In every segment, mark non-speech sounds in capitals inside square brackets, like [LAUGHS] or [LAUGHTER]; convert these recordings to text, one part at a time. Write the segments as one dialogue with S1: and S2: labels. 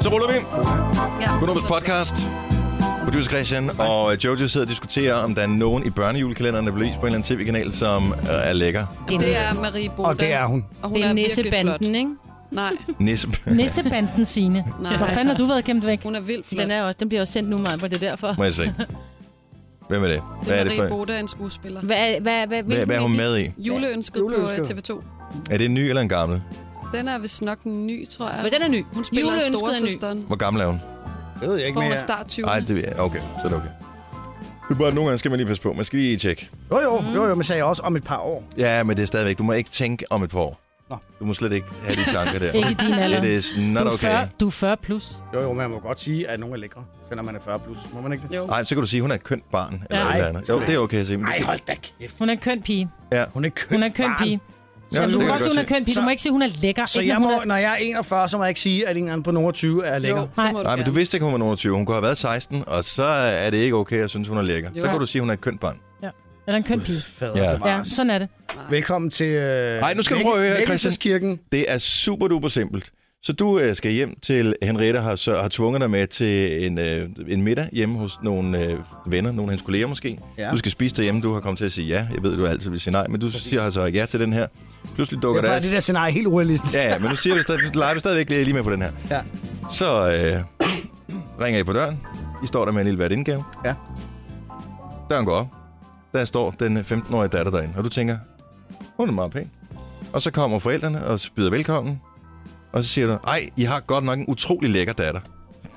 S1: Så ruller vi.
S2: Ja.
S1: Gunnarus podcast. Producer Christian og Jojo sidder og diskuterer, om der er nogen i børnejulekalenderen, der bliver vist på en eller anden tv-kanal, som øh, er lækker.
S2: Det er Marie Boda.
S3: Og det er hun.
S2: Og hun
S4: Det er
S2: virkelig flot.
S4: nissebanden, ikke?
S2: Nej,
S1: Nisse.
S5: Nissebanden sine.
S2: Nej.
S5: Hvor fanden har du været gemt væk?
S2: hun er vildt flot.
S4: Den, er også, den bliver også sendt nu meget, hvor det er derfor.
S1: Må jeg se. Hvem er det?
S2: det
S1: Hvad
S2: er,
S1: er det
S2: Marie
S1: for?
S2: Boda, en skuespiller.
S4: Hvad, er- hvad, hvad,
S1: Hvad,
S4: hvilken
S1: hvad er hun
S4: af de-
S1: med i?
S2: Juleønsket,
S3: Juleønsket.
S2: på øh, TV2.
S1: Er det en ny eller en gammel?
S2: Den er vist nok en ny, tror jeg.
S4: Men den er ny.
S2: Hun spiller
S4: Juleønsket er ny.
S2: storesøsteren,
S1: Hvor gammel er hun?
S3: Det ved jeg ikke
S2: hvor hun er
S3: mere.
S2: start 20.
S1: Nej, det er okay. Så er det okay. Det er bare, at nogle gange skal man lige passe på. Man skal lige tjekke.
S3: Jo, jo, jo, jo, men sagde jeg også om et par år.
S1: Ja, men det er stadigvæk. Du må ikke tænke om et par år.
S3: Nå.
S1: Du må slet ikke have de tanker der.
S5: Ikke i din alder.
S1: It is not
S5: Du er
S1: okay.
S5: 40, du er 40 plus.
S3: Jo, jo, men man må godt sige, at nogen er lækre, selvom man er 40 plus. Må man ikke det? Jo.
S1: Nej, så kan du sige, at hun er et kønt barn. Eller
S3: Nej.
S1: et eller andet. Jo, det er okay at sige. men
S3: Ej,
S1: det-
S3: hold da kæft.
S5: Hun er en køn pige.
S3: Hun er køn,
S5: Hun er en køn
S3: barn.
S5: pige. Så
S1: Ja,
S5: du
S1: det
S5: kan
S1: kan
S5: godt
S1: jeg
S5: sige, hun er
S1: godt
S5: køn pige. Du må
S3: Så-
S5: ikke sige, hun er lækker.
S3: Så
S5: ikke,
S3: jeg
S5: når hun
S3: må,
S5: er-
S3: når jeg er 41, så må jeg ikke sige, at ingen på nogen 20 er lækker.
S2: Jo,
S3: Jo.
S2: det må du
S1: Nej, men du
S2: gerne.
S1: vidste ikke, hun var nogen 20. Hun kunne have været 16, og så er det ikke okay at synes, hun er lækker. Så
S2: Jo.
S1: kan du sige, hun er et kønt barn.
S5: Eller en køn pige.
S3: Fader,
S1: Ja.
S3: ja.
S5: Ja, sådan er det.
S3: Velkommen til... Øh,
S1: Ej, nu skal du prøve at høre her, Christian.
S3: Christian.
S1: Det er super duper simpelt. Så du øh, skal hjem til Henriette, har, så, har tvunget dig med til en, øh, en middag hjemme hos nogle øh, venner, nogle af hendes kolleger måske. Ja.
S3: Ja.
S1: Du skal spise derhjemme, du har kommet til at sige ja. Jeg ved, du altid vil sige nej, men du Præcis. siger altså ja til den her. Pludselig dukker
S3: Derfor
S1: der...
S3: er det der scenarie helt urealistisk.
S1: [LAUGHS] Ja, ja, men nu siger vi stadig, du leger vi stadigvæk lige lige med på den her.
S3: Ja.
S1: Så øh, [CLEARS THROAT] ringer I på døren. I står der med en lille hvert indgave.
S3: Ja.
S1: Døren går op. Der står den 15-årige datter derinde, og du tænker, hun er meget pæn. Og så kommer forældrene og byder velkommen. Og så siger du, ej, I har godt nok en utrolig lækker datter.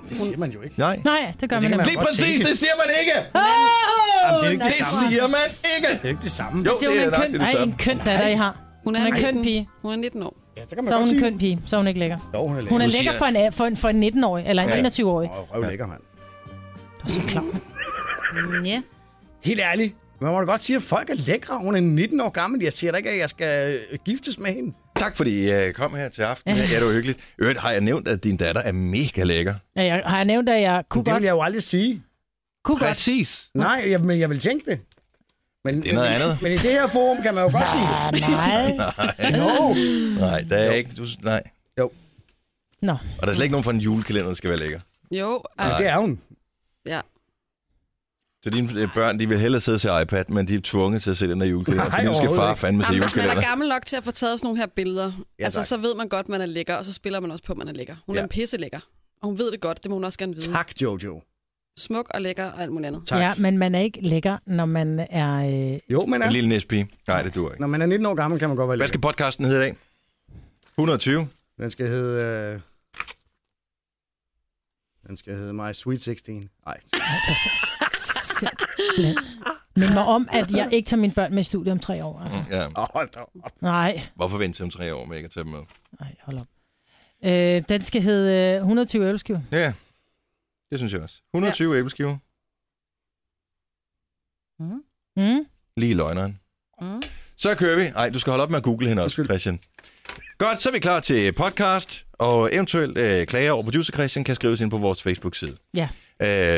S3: Det siger man jo ikke.
S1: Nej.
S5: Nej, det gør
S3: Men
S5: man ikke.
S3: det kan man
S1: Lige
S3: godt
S1: præcis,
S3: tænke.
S1: det siger man ikke!
S3: Jamen, det er jo ikke
S1: Det
S3: det samme.
S1: siger man ikke!
S3: Det er jo ikke det samme.
S1: Jo,
S5: Siger hun
S1: det
S5: er
S1: er nok
S5: en køn,
S1: det,
S5: nej,
S1: det
S5: en køn datter, I har. Hun
S2: Hun
S5: er en køn
S2: 19.
S5: pige.
S2: Hun er 19 år.
S3: Ja, så kan man
S5: Så er
S3: godt
S5: hun en
S3: sige.
S5: køn pige, så er hun ikke lækker.
S3: Jo, hun er lækker.
S5: Hun er
S1: siger-
S5: lækker for en, for en, for en 19-årig, eller en
S1: Ja.
S5: 21-årig.
S3: Åh, røv lækker, mand.
S5: Du er så klar.
S4: Ja.
S3: Helt ærligt. Man må da godt sige, at folk er lækre. Hun er 19 år gammel. Jeg siger da ikke, at jeg skal øh, giftes med hende.
S1: Tak fordi I øh, kom her til aften. Ja, det var hyggeligt. I Øvrigt har jeg nævnt, at din datter er mega lækker.
S5: Ja, jeg, har jeg nævnt, at jeg kunne
S3: Men det
S5: godt...
S3: vil jeg jo aldrig sige.
S5: Kunne godt.
S1: Præcis.
S3: Nej, jeg, men jeg vil tænke det. Men,
S1: Det er noget
S3: men,
S1: andet.
S3: Men i det her forum kan man jo godt sige det.
S5: Ah, nej.
S3: Jo.
S1: Nej, der er ikke... Du, nej.
S3: Jo,
S5: Nå,
S1: Og der er slet ikke nogen fra en julekalender, der skal være lækker.
S2: Jo, altså,
S3: men
S2: ej,
S3: det er hun.
S2: ja.
S1: Så dine øh, børn, de vil hellere sidde og se iPad, men de er tvunget til at se den der julekalender,
S3: Nej,
S1: fordi nu skal
S3: overhovedet
S1: far
S3: ikke.
S1: fandme se
S2: Jamen, hvis man er
S1: julekalender.
S2: gammel nok til at få taget sådan nogle her billeder, ja,
S3: Ja,
S2: altså,
S3: tak.
S2: så ved man godt, man er lækker, og så spiller man også på, at man er lækker. Hun ja. er
S3: Ja.
S2: en pisse lækker. Og hun ved det godt, det må hun også gerne vide.
S3: Tak, Jojo.
S2: Smuk og lækker og alt muligt andet.
S3: Tak.
S5: ja, men man er ikke lækker, når man er... Øh,
S3: Jo, men er,
S1: En lille næstpige. Nej, det duer ikke.
S3: når man er 19 år gammel, kan man godt være
S1: Hvad
S3: lækker.
S1: skal podcasten hedde i dag? 120.
S3: Den skal hedde... Øh... Den skal hedde My Sweet 16. Nej.
S5: simpelthen. Men mig om, at jeg ikke tager mine børn med i studiet om tre år.
S3: Mm.
S5: Altså.
S1: Ja.
S3: Åh, hold da op.
S5: Nej,
S1: Hvorfor vente til om tre år, med ikke at tage dem med?
S5: nej, hold op. Øh, den skal hedde øh, 120 ølskiver.
S1: Ja, det synes jeg også. 120 ja. æbleskiver.
S5: Mm?
S1: Lige i løgneren.
S4: Mm.
S1: Så kører vi. Nej, du skal holde op med at google hende også,
S3: Undskyld.
S1: Christian. Godt, så er vi klar til podcast, og eventuelt øh, klager over producer Christian kan skrives ind på vores Facebook-side.
S5: Ja.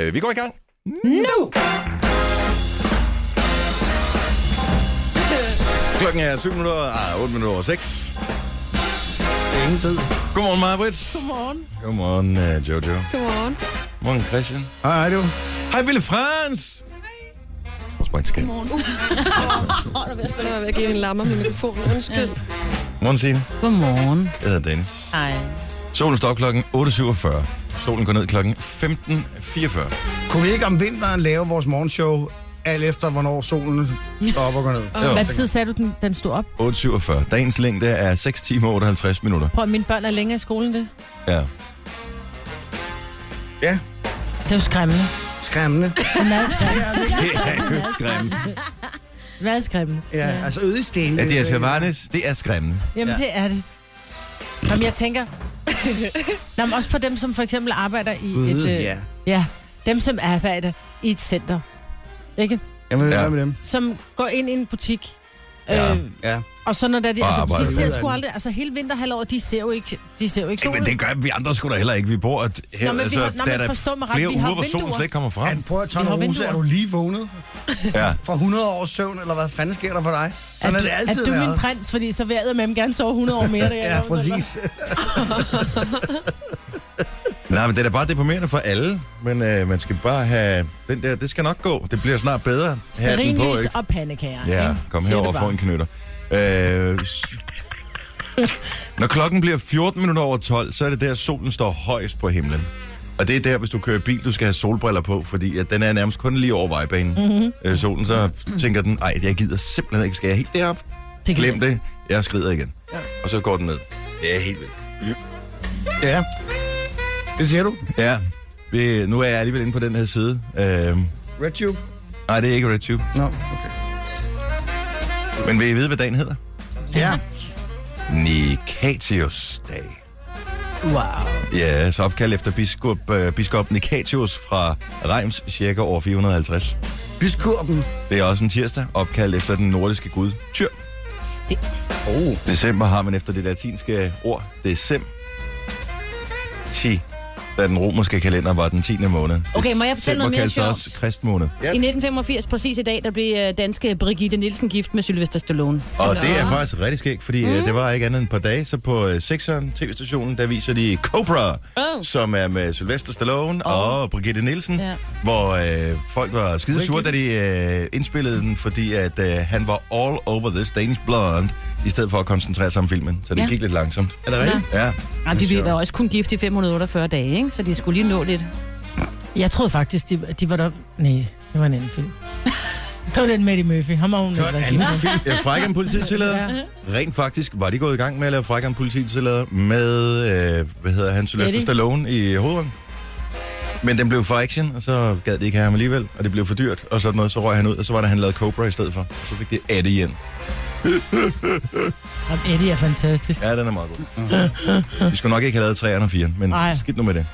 S1: Øh, vi går i gang.
S5: Nu!
S1: Klokken er 7 minutter, ah, 8 minutter over 6.
S3: Det er ingen tid.
S1: Godmorgen, Marbrit. Godmorgen. Godmorgen, uh, Jojo.
S2: Godmorgen.
S1: Godmorgen, Christian.
S3: Hej, hej du.
S1: Hej, Ville Frans. Hej. Vores skat.
S2: Det var ved at give en lammer med mikrofonen. Undskyld.
S1: Morgen, Signe.
S4: Godmorgen.
S1: Jeg hedder Dennis.
S4: Ej.
S1: Solen står op klokken 8.47. Solen går ned klokken 15.44.
S3: Kunne vi ikke om vinteren lave vores morgenshow, alt efter hvornår solen står op og går ned?
S1: Jo.
S5: Hvad tid sagde du, den, den stod op?
S1: 8.47. Dagens længde er 6 timer og 58 minutter.
S5: Prøv, mine børn er længere i skolen, det.
S1: Ja.
S3: Ja,
S5: Det er jo skræmmende.
S3: skræmmende.
S5: Det er meget skræmmende.
S1: [LAUGHS] Det er jo skræmmende.
S5: Meget skræmmende.
S3: Ja, altså øde i sten.
S1: Ja, det er Savanes. Det er skræmmende.
S5: Jamen, ja. det er det. Jamen, jeg tænker... Nå, men også på dem, som for eksempel arbejder i et... Øh,
S3: Ja.
S5: ja. Dem, som arbejder i et center. Ikke?
S3: Jamen, hvad
S1: Ja.
S3: er med dem?
S5: Som går ind i en butik.
S1: Ja.
S5: Øh,
S3: Ja.
S5: og så når der, de,
S1: Og
S5: altså,
S1: arbejder
S5: de ser
S3: med
S5: sgu
S3: det.
S5: aldrig... Altså, hele vinterhalvåret, de ser jo ikke, de ser jo ikke solen.
S1: Men det gør vi andre sgu da heller ikke. Vi bor et, her,
S5: Nå, men vi har- nå, men
S1: der er da
S5: forstå mig ret,
S1: flere
S5: vi har
S1: uger, hvor solen
S5: vinduer.
S1: slet ikke kommer frem.
S3: Han prøver at tage
S5: Vi har
S3: nogle ruse.
S5: vinduer.
S3: Er du lige vågnet
S1: Ja.
S3: fra 100 års søvn, eller hvad fanden sker der for dig? Sådan er, det altid
S5: at du er min
S3: været.
S5: prins, fordi så vil jeg med gerne sove 100 år mere. Det kan jeg
S3: Ja,
S5: love dig.
S3: præcis.
S1: Nej, men det er da bare deprimerende for alle. Men øh, man skal bare have... Den der, det skal nok gå. Det bliver snart bedre. Hatten på,
S5: Strinlys
S1: ikke?
S5: og pandekager.
S1: Ja,
S5: ikke?
S1: kom
S5: Siger
S1: herover
S5: det
S1: og
S5: bare.
S1: få en knytter. Øh, s- når klokken bliver 14 minutter over 12, så er det der, solen står højst på himlen. Og det er der, hvis du kører bil, du skal have solbriller på, fordi at den er nærmest kun lige over vejbanen.
S5: Mhm.
S1: Mm-hmm. Øh, solen, så tænker den, nej, jeg gider simpelthen ikke, skal jeg helt derop?
S5: Det kan
S1: Glem det, jeg skrider igen. Ja. Og så går den ned. Det er helt vildt. Ja.
S3: Det siger du.
S1: Ja, vi, nu er jeg alligevel inde på den her side. Øh,
S3: RedTube?
S1: nej, det er ikke RedTube.
S3: Nå, okay.
S1: Men vil I vide, hvad dagen hedder?
S3: Ja.
S5: Altså.
S1: Nikatius dag.
S5: Wow.
S1: Ja, så opkaldt efter biskop, øh, biskop Nikatius fra Reims cirka år 450.
S3: Byskurben.
S1: Det er også en tirsdag, opkaldt efter den nordiske gud Tyr.
S3: Oh.
S1: December har man efter det latinske ord decem. Ti. Da den romerske kalender var den 10. måned.
S6: Okay, må jeg fortælle noget mere
S1: December kaldes
S6: sjovt?
S1: også kristmåned.
S6: I 1985, præcis i dag, der blev øh, danske Brigitte Nielsen gift med Sylvester Stallone.
S1: Og det er faktisk rigtig skægt, fordi mm. det var ikke andet end et par dage, så på øh, 6'eren tv-stationen, der viser de Cobra,
S6: Oh.
S1: som er med Sylvester Stallone oh. og Brigitte Nielsen,
S6: Ja.
S1: hvor øh, folk var skide sure, da de øh, indspillede den, fordi at øh, han var all over this Danish blonde, i stedet for at koncentrere sig om filmen. Så det
S6: Ja.
S1: ja. gik lidt langsomt.
S3: Er det rigtigt?
S1: Ja.
S6: Jamen, de blev da også kun gift i 548 dage, ikke? så de skulle lige nå lidt.
S5: Jeg troede faktisk, de, de var der... Nej, det var en anden film. det var den med Eddie Murphy. Ham har hun ikke været gift med.
S1: Ja, frække om polititillader. Rent faktisk var de gået i gang med at lave frække om polititillader med, øh, hvad hedder han, Sylvester
S5: Eddie.
S1: Stallone i hovedrollen. Men den blev for action, og så gad de ikke have ham alligevel, og det blev for dyrt, og sådan noget, så røg han ud, og så var der, han lavede Cobra i stedet for. Og så fik det Eddie igen.
S5: Jamen, Eddie er fantastisk.
S1: Ja, den er meget god. Vi skulle nok ikke have lavet 3 og 4, men
S5: Nej.
S1: skidt nu med det.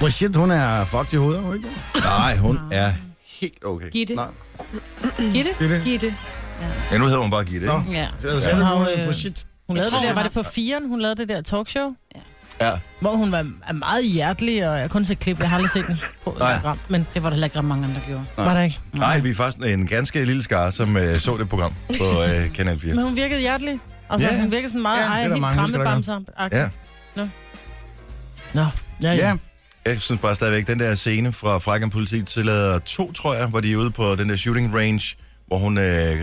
S3: Brigitte, hun er fucked i hovedet, er hun ikke?
S1: Nej, hun er helt okay.
S6: Gitte.
S3: Nej.
S6: Gitte?
S3: Gitte.
S6: Gitte.
S1: Ja, nu hedder hun bare Gitte,
S3: Nå.
S1: ikke?
S6: Ja.
S3: Jeg
S5: Hun
S3: sagde,
S5: har
S3: hun
S5: jo,
S3: er
S5: øh,
S3: Brigitte.
S5: Hun
S6: Jeg
S5: lavede
S6: tror,
S5: det der,
S6: hun
S5: var
S6: har-
S5: det på firen, hun lavede det der talkshow,
S1: Ja.
S5: hvor hun var er meget hjertelig, og jeg har kun set klip, jeg har aldrig set den på
S1: Nej.
S5: program, men
S6: Det var der heller ikke ret mange andre, der gjorde.
S5: var der ikke.
S1: Nej, vi er faktisk en ganske lille skar, som øh, så det program på øh, Kanal 4.
S5: Men hun virkede hjertelig, og så
S1: Ja.
S5: hun virkede sådan meget,
S3: Ja, det er
S5: ej,
S3: der
S5: helt
S3: mange, der skal
S5: krammebamser.
S1: Ja.
S5: Nå, ja, ja.
S3: Ja.
S1: Jeg synes bare stadigvæk, den der scene fra Frækken Politi tillader to, tror jeg, hvor de er ude på den der shooting range, hvor hun, øh,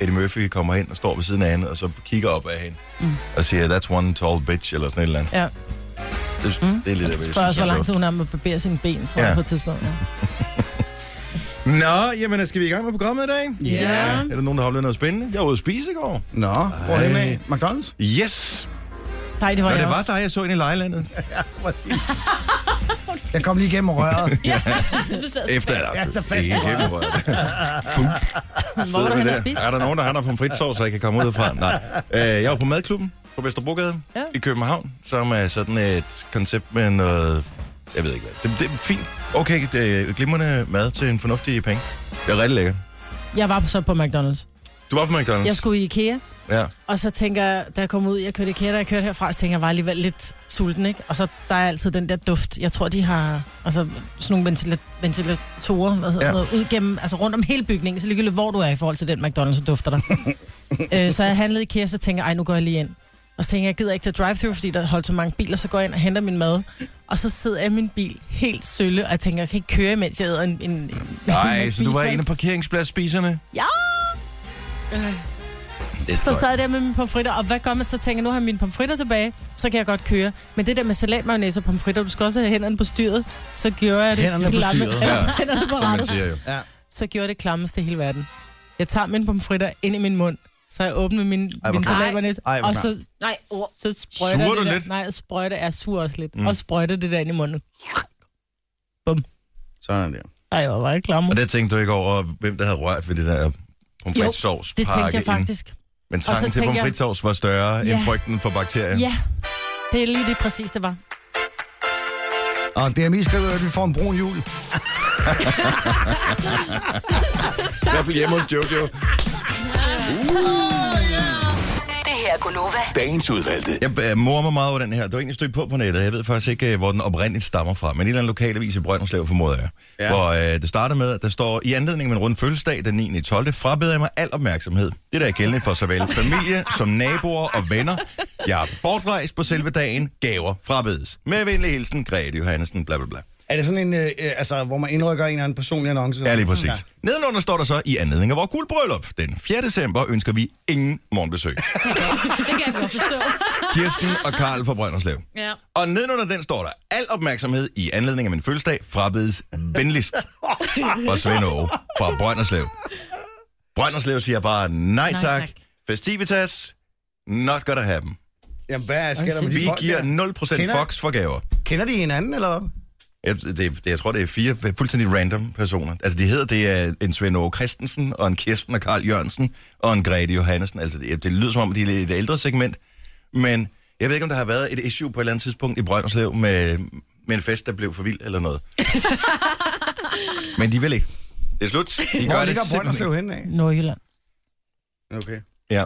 S1: Eddie Murphy kommer hen og står ved siden af hende, og så kigger op af hende mm. og siger, that's one tall bitch, eller sådan et eller andet.
S5: Ja.
S1: Det, mm. det er lidt af det.
S5: Spørg også,
S1: altså.
S5: hvor lang tid hun har med at barbere sine ben, tror
S1: Ja.
S5: jeg, på et tidspunkt. Ja.
S1: Nå, jamen, skal vi i gang med programmet i dag?
S5: Ja.
S1: Er der nogen, der har oplevet noget spændende? Jeg var ude at spise i går.
S3: Nå, hvor er
S1: Ej.
S3: hende af? McDonald's?
S1: Yes!
S5: Nej, det var
S1: Nå,
S5: jeg
S1: det var
S5: også.
S1: dig, jeg så ind i lejlandet.
S3: Præcis.
S5: [LAUGHS]
S3: Jeg kom lige igennem røret.
S6: Du sad
S1: Efter at
S3: Ja, så fast.
S1: Det er kæmpe rørt. Fup. Sidder
S5: du
S1: vi
S5: henne
S1: der.
S5: og spise?
S1: Er der nogen, der har noget pomfritsovs, så jeg kan komme ud fra? Nej. Øh, jeg var på Madklubben på Vesterbrogade ja.
S5: Ja.
S1: i København, som er sådan et koncept med noget... Jeg ved ikke hvad. Det, det er fint. Okay, det er glimrende mad til en fornuftig penge. Det er rigtig lækkert.
S5: Jeg var så på McDonald's.
S1: Du var på McDonald's?
S5: Jeg skulle i IKEA, [LAUGHS]
S1: Ja.
S5: og så tænker jeg, da jeg kom ud, jeg kørte i IKEA, da jeg kørte herfra, så tænker jeg, jeg var alligevel lidt sulten, ikke? Og så der er altid den der duft. Jeg tror, de har altså, sådan nogle ventila- ventilatorer, hvad
S1: Ja.
S5: hedder ja. noget, ud gennem, altså rundt om hele bygningen, så ligegyldigt hvor du er i forhold til den McDonald's, så
S1: [LAUGHS]
S5: dufter der. øh, så jeg handlede i IKEA, så tænker jeg, ej, nu går jeg lige ind. Og så tænker jeg, jeg gider ikke til drive-thru, fordi der holdt så mange biler, så går jeg ind og henter min mad. Og så sidder jeg i min bil helt sølle, og jeg tænker, jeg kan ikke køre, mens jeg æder en... en, en
S1: Nej,
S5: en
S1: så du var
S5: fisk.
S1: en af parkeringspladsspiserne?
S5: Ja!
S1: Det er
S5: Så
S1: støj.
S5: sad jeg der med mine pomfritter, og hvad gør man så? Tænker jeg, nu har jeg mine pomfritter tilbage, så kan jeg godt køre. Men det der med salatmayonnaise og pomfritter, du skal også have hænderne på styret, så gjorde jeg det.
S3: Hænderne på
S5: klamme-
S3: styret.
S5: [LAUGHS] Ja,
S1: Ja,
S5: hænderne på
S1: som man
S5: rattet.
S1: siger jo.
S5: Så gjorde jeg det klammeste i hele verden. Jeg tager mine pomfritter ind i min mund, så jeg åbner min,
S3: hvor
S5: min
S3: klamt.
S5: salatmayonnaise,
S3: Ej, hvor
S5: og så,
S6: Nej, oh.
S5: så sprøjter
S1: Suger
S5: det
S1: du
S5: der.
S1: lidt?
S5: Nej, jeg sprøjter, jeg sur også lidt.
S1: Mm.
S5: Mm. Og sprøjter det der ind i munden.
S3: Sådan der.
S5: Ej, hvor var jeg klamme.
S1: Og
S5: Det,
S1: der tænkte du ikke over, hvem der havde rørt ved det der pomfritsovs
S5: det tænkte jeg faktisk.
S1: Men
S5: så
S1: tanken til
S5: tænker jeg-
S1: pomfritsovs var større ja.
S5: Ja.
S1: end frygten for bakterier.
S5: Ja, det er lige det præcis, det var.
S3: Og det er mest skriver, at vi får en brun
S1: [LAUGHS]
S3: jul.
S1: I hvert fald hjemme hos Jojo.
S4: Det her er Gunova.
S7: Dagens udvalgte.
S1: Jeg øh, morer mig meget over den her. Det var egentlig stødt på på nettet. Jeg ved faktisk ikke, øh, hvor den oprindeligt stammer fra. Men en eller anden lokalavis i Brønderslev formoder jeg. Ja. Hvor øh, det starter med, at der står, i anledning af en rund fødselsdag den 9. 12. frabeder jeg mig al opmærksomhed. Det der er gældende for såvel familie som naboer og venner. Jeg er bortrejst på selve dagen. Gaver frabedes. Med venlig hilsen, Grete Johannesen, bla bla bla.
S3: Er det sådan en, øh, øh, altså, hvor man indrykker en eller anden personlig annonce?
S1: Ja, lige præcis. Nedenunder står der så, i anledning af vores guldbryllup. Den 4. december ønsker vi ingen morgenbesøg.
S6: [LAUGHS] Det kan jeg godt forstå.
S1: Kirsten og Karl fra Brønderslev.
S6: Ja.
S1: Og nedenunder den står der, al opmærksomhed i anledning af min fødselsdag frabedes venligst fra Svend Aage fra Brønderslev. Brønderslev siger bare nej
S6: Nej,
S1: tak.
S6: tak.
S1: Festivitas, not gonna happen.
S3: Jamen, hvad skal der med de
S1: Vi
S3: folk
S1: giver
S3: der?
S1: 0%
S3: Kender-
S1: fox for gaver.
S3: Kender de hinanden, eller hvad?
S1: Jeg, det, det, jeg tror, det er fire fuldstændig random personer. Altså, de hedder, det er en Svend Aage Christensen, og en Kirsten og Karl Jørgensen, og en Grete Johannesen. Altså, det, det lyder som om, de er i det ældre segment. Men jeg ved ikke, om der har været et issue på et eller andet tidspunkt i Brønderslev med, med en fest, der blev for vild eller noget. Men de vil ikke. Det er slut. De gør
S3: Hvor
S1: det
S3: ligger
S1: simpelthen.
S3: Brønderslev
S1: ikke.
S3: henne af?
S5: Nordjylland.
S3: Okay.
S1: Ja.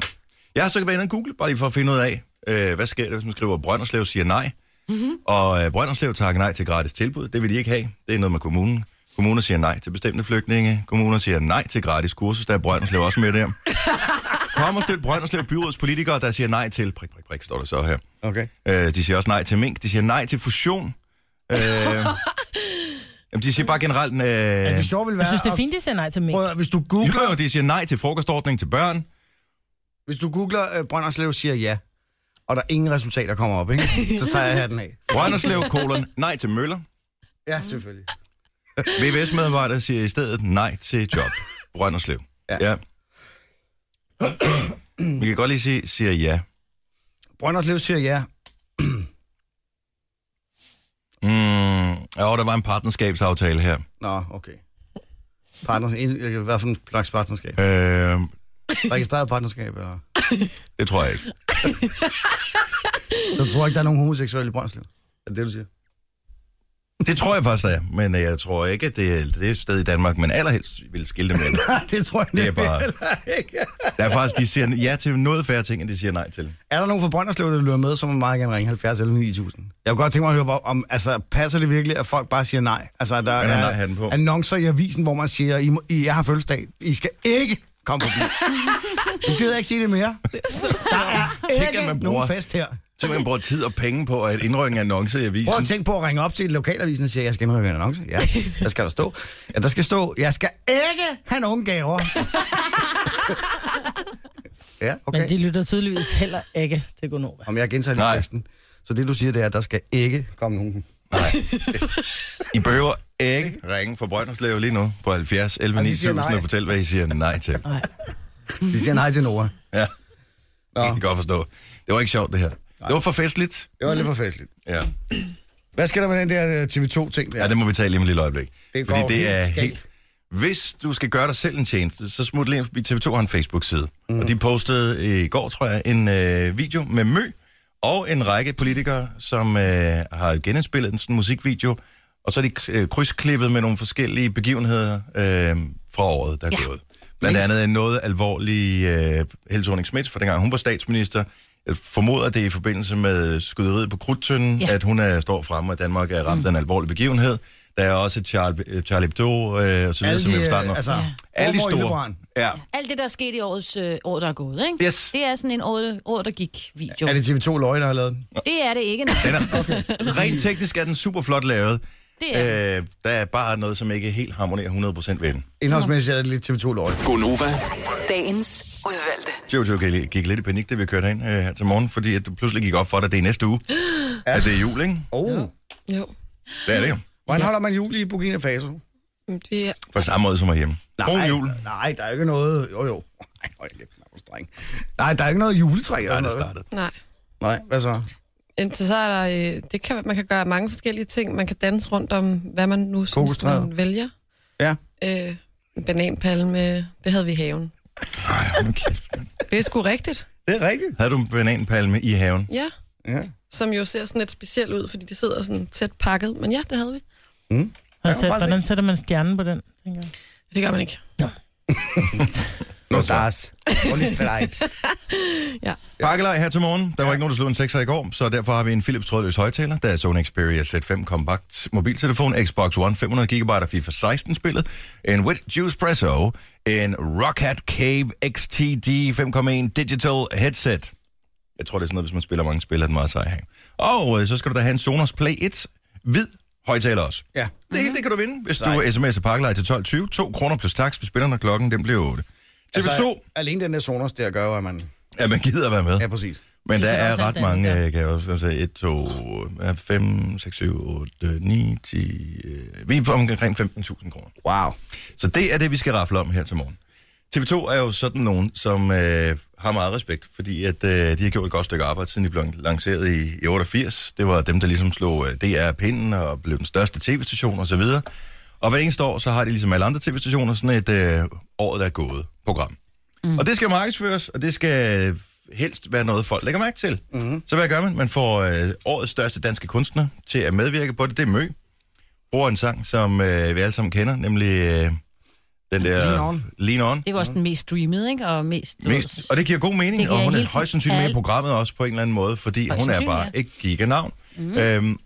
S1: Jeg har så været inde og google, bare lige for at finde ud af, øh, hvad sker der, hvis man skriver, at Brønderslev siger nej. Mm-hmm. Og øh, Brønderslev takker nej til gratis tilbud. Det vil de ikke have. Det er noget med kommunen. Kommuner siger nej til bestemte flygtninge. Kommuner siger nej til gratis kursus. Der er Brønderslev også med der. Kom og støt Brønderslev byrådets politikere, der siger nej til... Prik, prik, prik, står der så her.
S3: Okay.
S1: Øh, de siger også nej til mink. De siger nej til fusion. Øh, jamen, de siger bare generelt... Øh,
S3: Ja, Altså, det sjove vil være...
S5: Jeg synes, det er
S3: at-
S5: fint, de siger nej til mink.
S3: Prøv at, høre, hvis du googler,
S1: jo, jo, de siger nej til frokostordning til børn.
S3: hvis du googler øh, Brønderslev siger ja, og der er ingen resultater kommer op, [LAUGHS] ikke? så tager jeg hatten af.
S1: Brønderslev, kolon, nej til møller.
S3: Ja, selvfølgelig.
S1: VVS-medarbejder siger i stedet nej til job. Brønderslev. Ja. ja. Vi kan godt lige sige, siger ja.
S3: Brønderslev siger ja.
S1: Mm, ja, der var en partnerskabsaftale her.
S3: Nå, okay. Partners, en- hvad for en slags partnerskab?
S1: Øh,
S3: Registreret partnerskab, eller?
S1: det tror jeg ikke.
S3: Så du tror ikke, der er nogen homoseksuelle i Brønderslev? Er det det, du siger?
S1: Det tror jeg faktisk, der er. Men øh, jeg tror ikke, at det, er- det er et sted i Danmark, man allerhelst vil skille dem med.
S3: [LAUGHS] det tror jeg
S1: Det er
S3: nemlig
S1: bare-
S3: heller ikke.
S1: Der er faktisk, de siger ja til noget færre ting, end de siger nej til.
S3: Er der nogen fra Brønderslev, der lytter med, så må man meget gerne ringe 70 11 9000. Jeg kunne godt tænke mig at høre, hvor- om, altså, passer det virkelig, at folk bare siger nej? Altså, at der
S1: Han har
S3: er
S1: nej-hatten på.
S3: annoncer i avisen, hvor man siger, I, må- I jeg har fødselsdag. I skal ikke komme forbi. du gider ikke sige det mere. Der er
S1: Tænk,
S3: ikke
S1: at man Ligesom- bruger-
S3: nogen fest her.
S1: Så man bruger tid og penge på at indrykke en annonce i avisen.
S3: Prøv at tænke på at ringe op til lokalavisen og sige, jeg skal indrykke en annonce. Ja, der skal der stå. Ja, der skal stå, jeg skal ikke have nogen gaver. ja, okay.
S5: Men de lytter tydeligvis heller ikke til Gonova.
S3: Om jeg gentager lige
S1: Nej.
S3: teksten. Så det, du siger, det er, at der skal ikke komme nogen.
S1: I behøver ikke ringe for Brønderslev lige nu på 70 11
S3: Og de siger
S1: 9000
S3: nej.
S1: og fortælle, hvad I siger nej til.
S3: De siger nej til Nora.
S1: Ja.
S3: Nå.
S1: Det kan jeg godt forstå. Det var ikke sjovt, det her. Det var for festligt.
S3: Det var lidt for festligt.
S1: Ja.
S3: Hvad skal der med den der øh, TV2-ting der?
S1: ja, det må vi tale lige om et lille øjeblik.
S3: Det går
S1: Fordi det
S3: helt
S1: er
S3: skævt.
S1: helt... Hvis du skal gøre dig selv en tjeneste, så smut lige ind forbi TV2 har en Facebook-side. Mm. Og de postede i går, tror jeg, en øh, video med Mø og en række politikere, som øh, har genindspillet en sådan musikvideo. Og så er de øh, krydsklippet med nogle forskellige begivenheder øh, fra året, der er ja.
S6: Ja.
S1: gået. Blandt andet en noget alvorlig øh, Helle thorning Schmidt, for dengang hun var statsminister. Jeg formoder det er i forbindelse med skyderiet på Krudtønden, ja.
S6: Ja.
S1: at hun er, står fremme, og Danmark er ramt mm. af en alvorlig begivenhed. Der er også Charlie, øh, Charlie Hebdo øh, og så videre,
S3: Alle
S1: som
S3: de,
S1: jeg forstår.
S3: øh,
S1: nok.
S3: altså,
S6: Ja.
S1: Alle de
S3: Hvorfor
S1: store.
S3: Ildebrand?
S1: Ja.
S6: Alt det, der er sket i årets øh, år, der er gået, ikke?
S1: Yes.
S6: Det er sådan en år, år der gik video.
S3: Er det TV2 Løje, der har lavet den?
S6: det er det ikke, nej.
S1: Den er, rent teknisk er den super flot lavet.
S6: Det er det.
S1: Øh, der er bare noget, som ikke helt harmonerer 100% ved den.
S3: Indholdsmæssigt er det lidt TV2 Løje.
S7: Gonova,
S4: Dagens udvalgte.
S1: Jojo gik gik lidt i panik, da vi kørte herind øh, her til morgen, fordi at du pludselig gik op for dig, det er næste uge, at det er jul, ikke?
S3: Oh. Ja.
S2: Jo.
S1: Det er det jo.
S3: Hvordan holder man jul i Burkina Faso?
S2: Men Det er,
S1: På samme måde som herhjemme. God jul.
S3: Nej, der er ikke noget... Jo, jo. Nej, høj, lidt knap, dreng. Nej, der er ikke noget juletræ. eller
S1: Nej, det
S3: noget.
S1: startede.
S2: nej.
S3: Nej, hvad så?
S2: Jamen, så er der, øh, det kan, man kan gøre mange forskellige ting. Man kan danse rundt om, hvad man nu synes,
S3: Kokostræet.
S2: man vælger.
S3: Ja.
S2: Øh, en bananpalme, det havde vi i haven.
S1: Ej, hold kæft. mand.
S2: Det er sgu rigtigt,
S3: Det er rigtigt.
S1: Havde du en bananpalme i haven?
S2: ja.
S3: Ja.
S2: Som jo ser sådan lidt specielt ud, fordi de sidder sådan tæt pakket. Men ja, det havde vi.
S5: Har
S3: Ja,
S5: sat,
S3: bare se.
S5: hvordan sætter man stjernen på den? tænker jeg?
S2: Det gør man ikke.
S3: No stars. Only
S1: [LAUGHS]
S3: stripes.
S1: Bakkelej her til morgen. Der var ikke nogen, der slog en 6'er i går, så derfor har vi en Philips trådløs højtaler. Der er Sony Xperia Z5 Compact mobiltelefon, Xbox One 500 GB og FIFA 16 spillet, en Wet Juice Presso, en Rockhat Cave XTD 5.1 Digital Headset. Jeg tror, det er sådan noget, hvis man spiller mange spil, er den meget sej at have. Og øh, så skal du da have en Sonos Play 1 hvid højtaler også.
S3: Ja.
S1: Det hele, det kan du vinde, hvis du sms'er pakkeleje til 12.20. 2 kroner plus tax, hvis spilleren og klokken, den bliver 8. TV2, altså,
S3: Alene den der Sonos der gør, jo, at man...
S1: ja, man gider være med.
S3: Ja, præcis.
S1: Men der
S6: Det er
S1: er
S6: også alt
S1: ret
S6: andet,
S1: mange,
S6: ja.
S1: øh, kan jeg også sige, 1, 2, 5, 6, 7, 8, 9, 10, øh, vi er på omkring 15.000 kroner.
S3: Wow.
S1: Så det er det, vi skal rafle om her til morgen. TV2 er jo sådan nogen, som øh, har meget respekt, fordi at, øh, de har gjort et godt stykke arbejde, siden de blev lanceret i, i 88. Det var dem, der ligesom slog øh, DR pinden og blev den største tv-station osv. Og hver eneste år, så har de ligesom alle andre tv-stationer sådan et øh, året, der er gået program. Mm. Og det skal markedsføres, og det skal helst være noget, folk lægger mærke til. Mm. Så hvad gør man? Man får øh, årets største danske kunstner til at medvirke på det. Det er Mø. Bruger en sang, som øh, vi alle sammen kender, nemlig øh, den der...
S3: Lean On.
S1: Lean On.
S6: Det var også den mest streamede, ikke? Og mest...
S1: Mest, og det giver god mening,
S6: Det
S1: og
S6: giver
S1: hun er
S6: helt
S1: højst
S6: sin-
S1: sandsynligt med i
S6: al-
S1: programmet også på en eller anden måde, fordi
S6: Højst
S1: hun er
S6: sandsynligt,
S1: bare
S6: ja. Mhm.
S1: ikke giganavn. Mm. Øhm,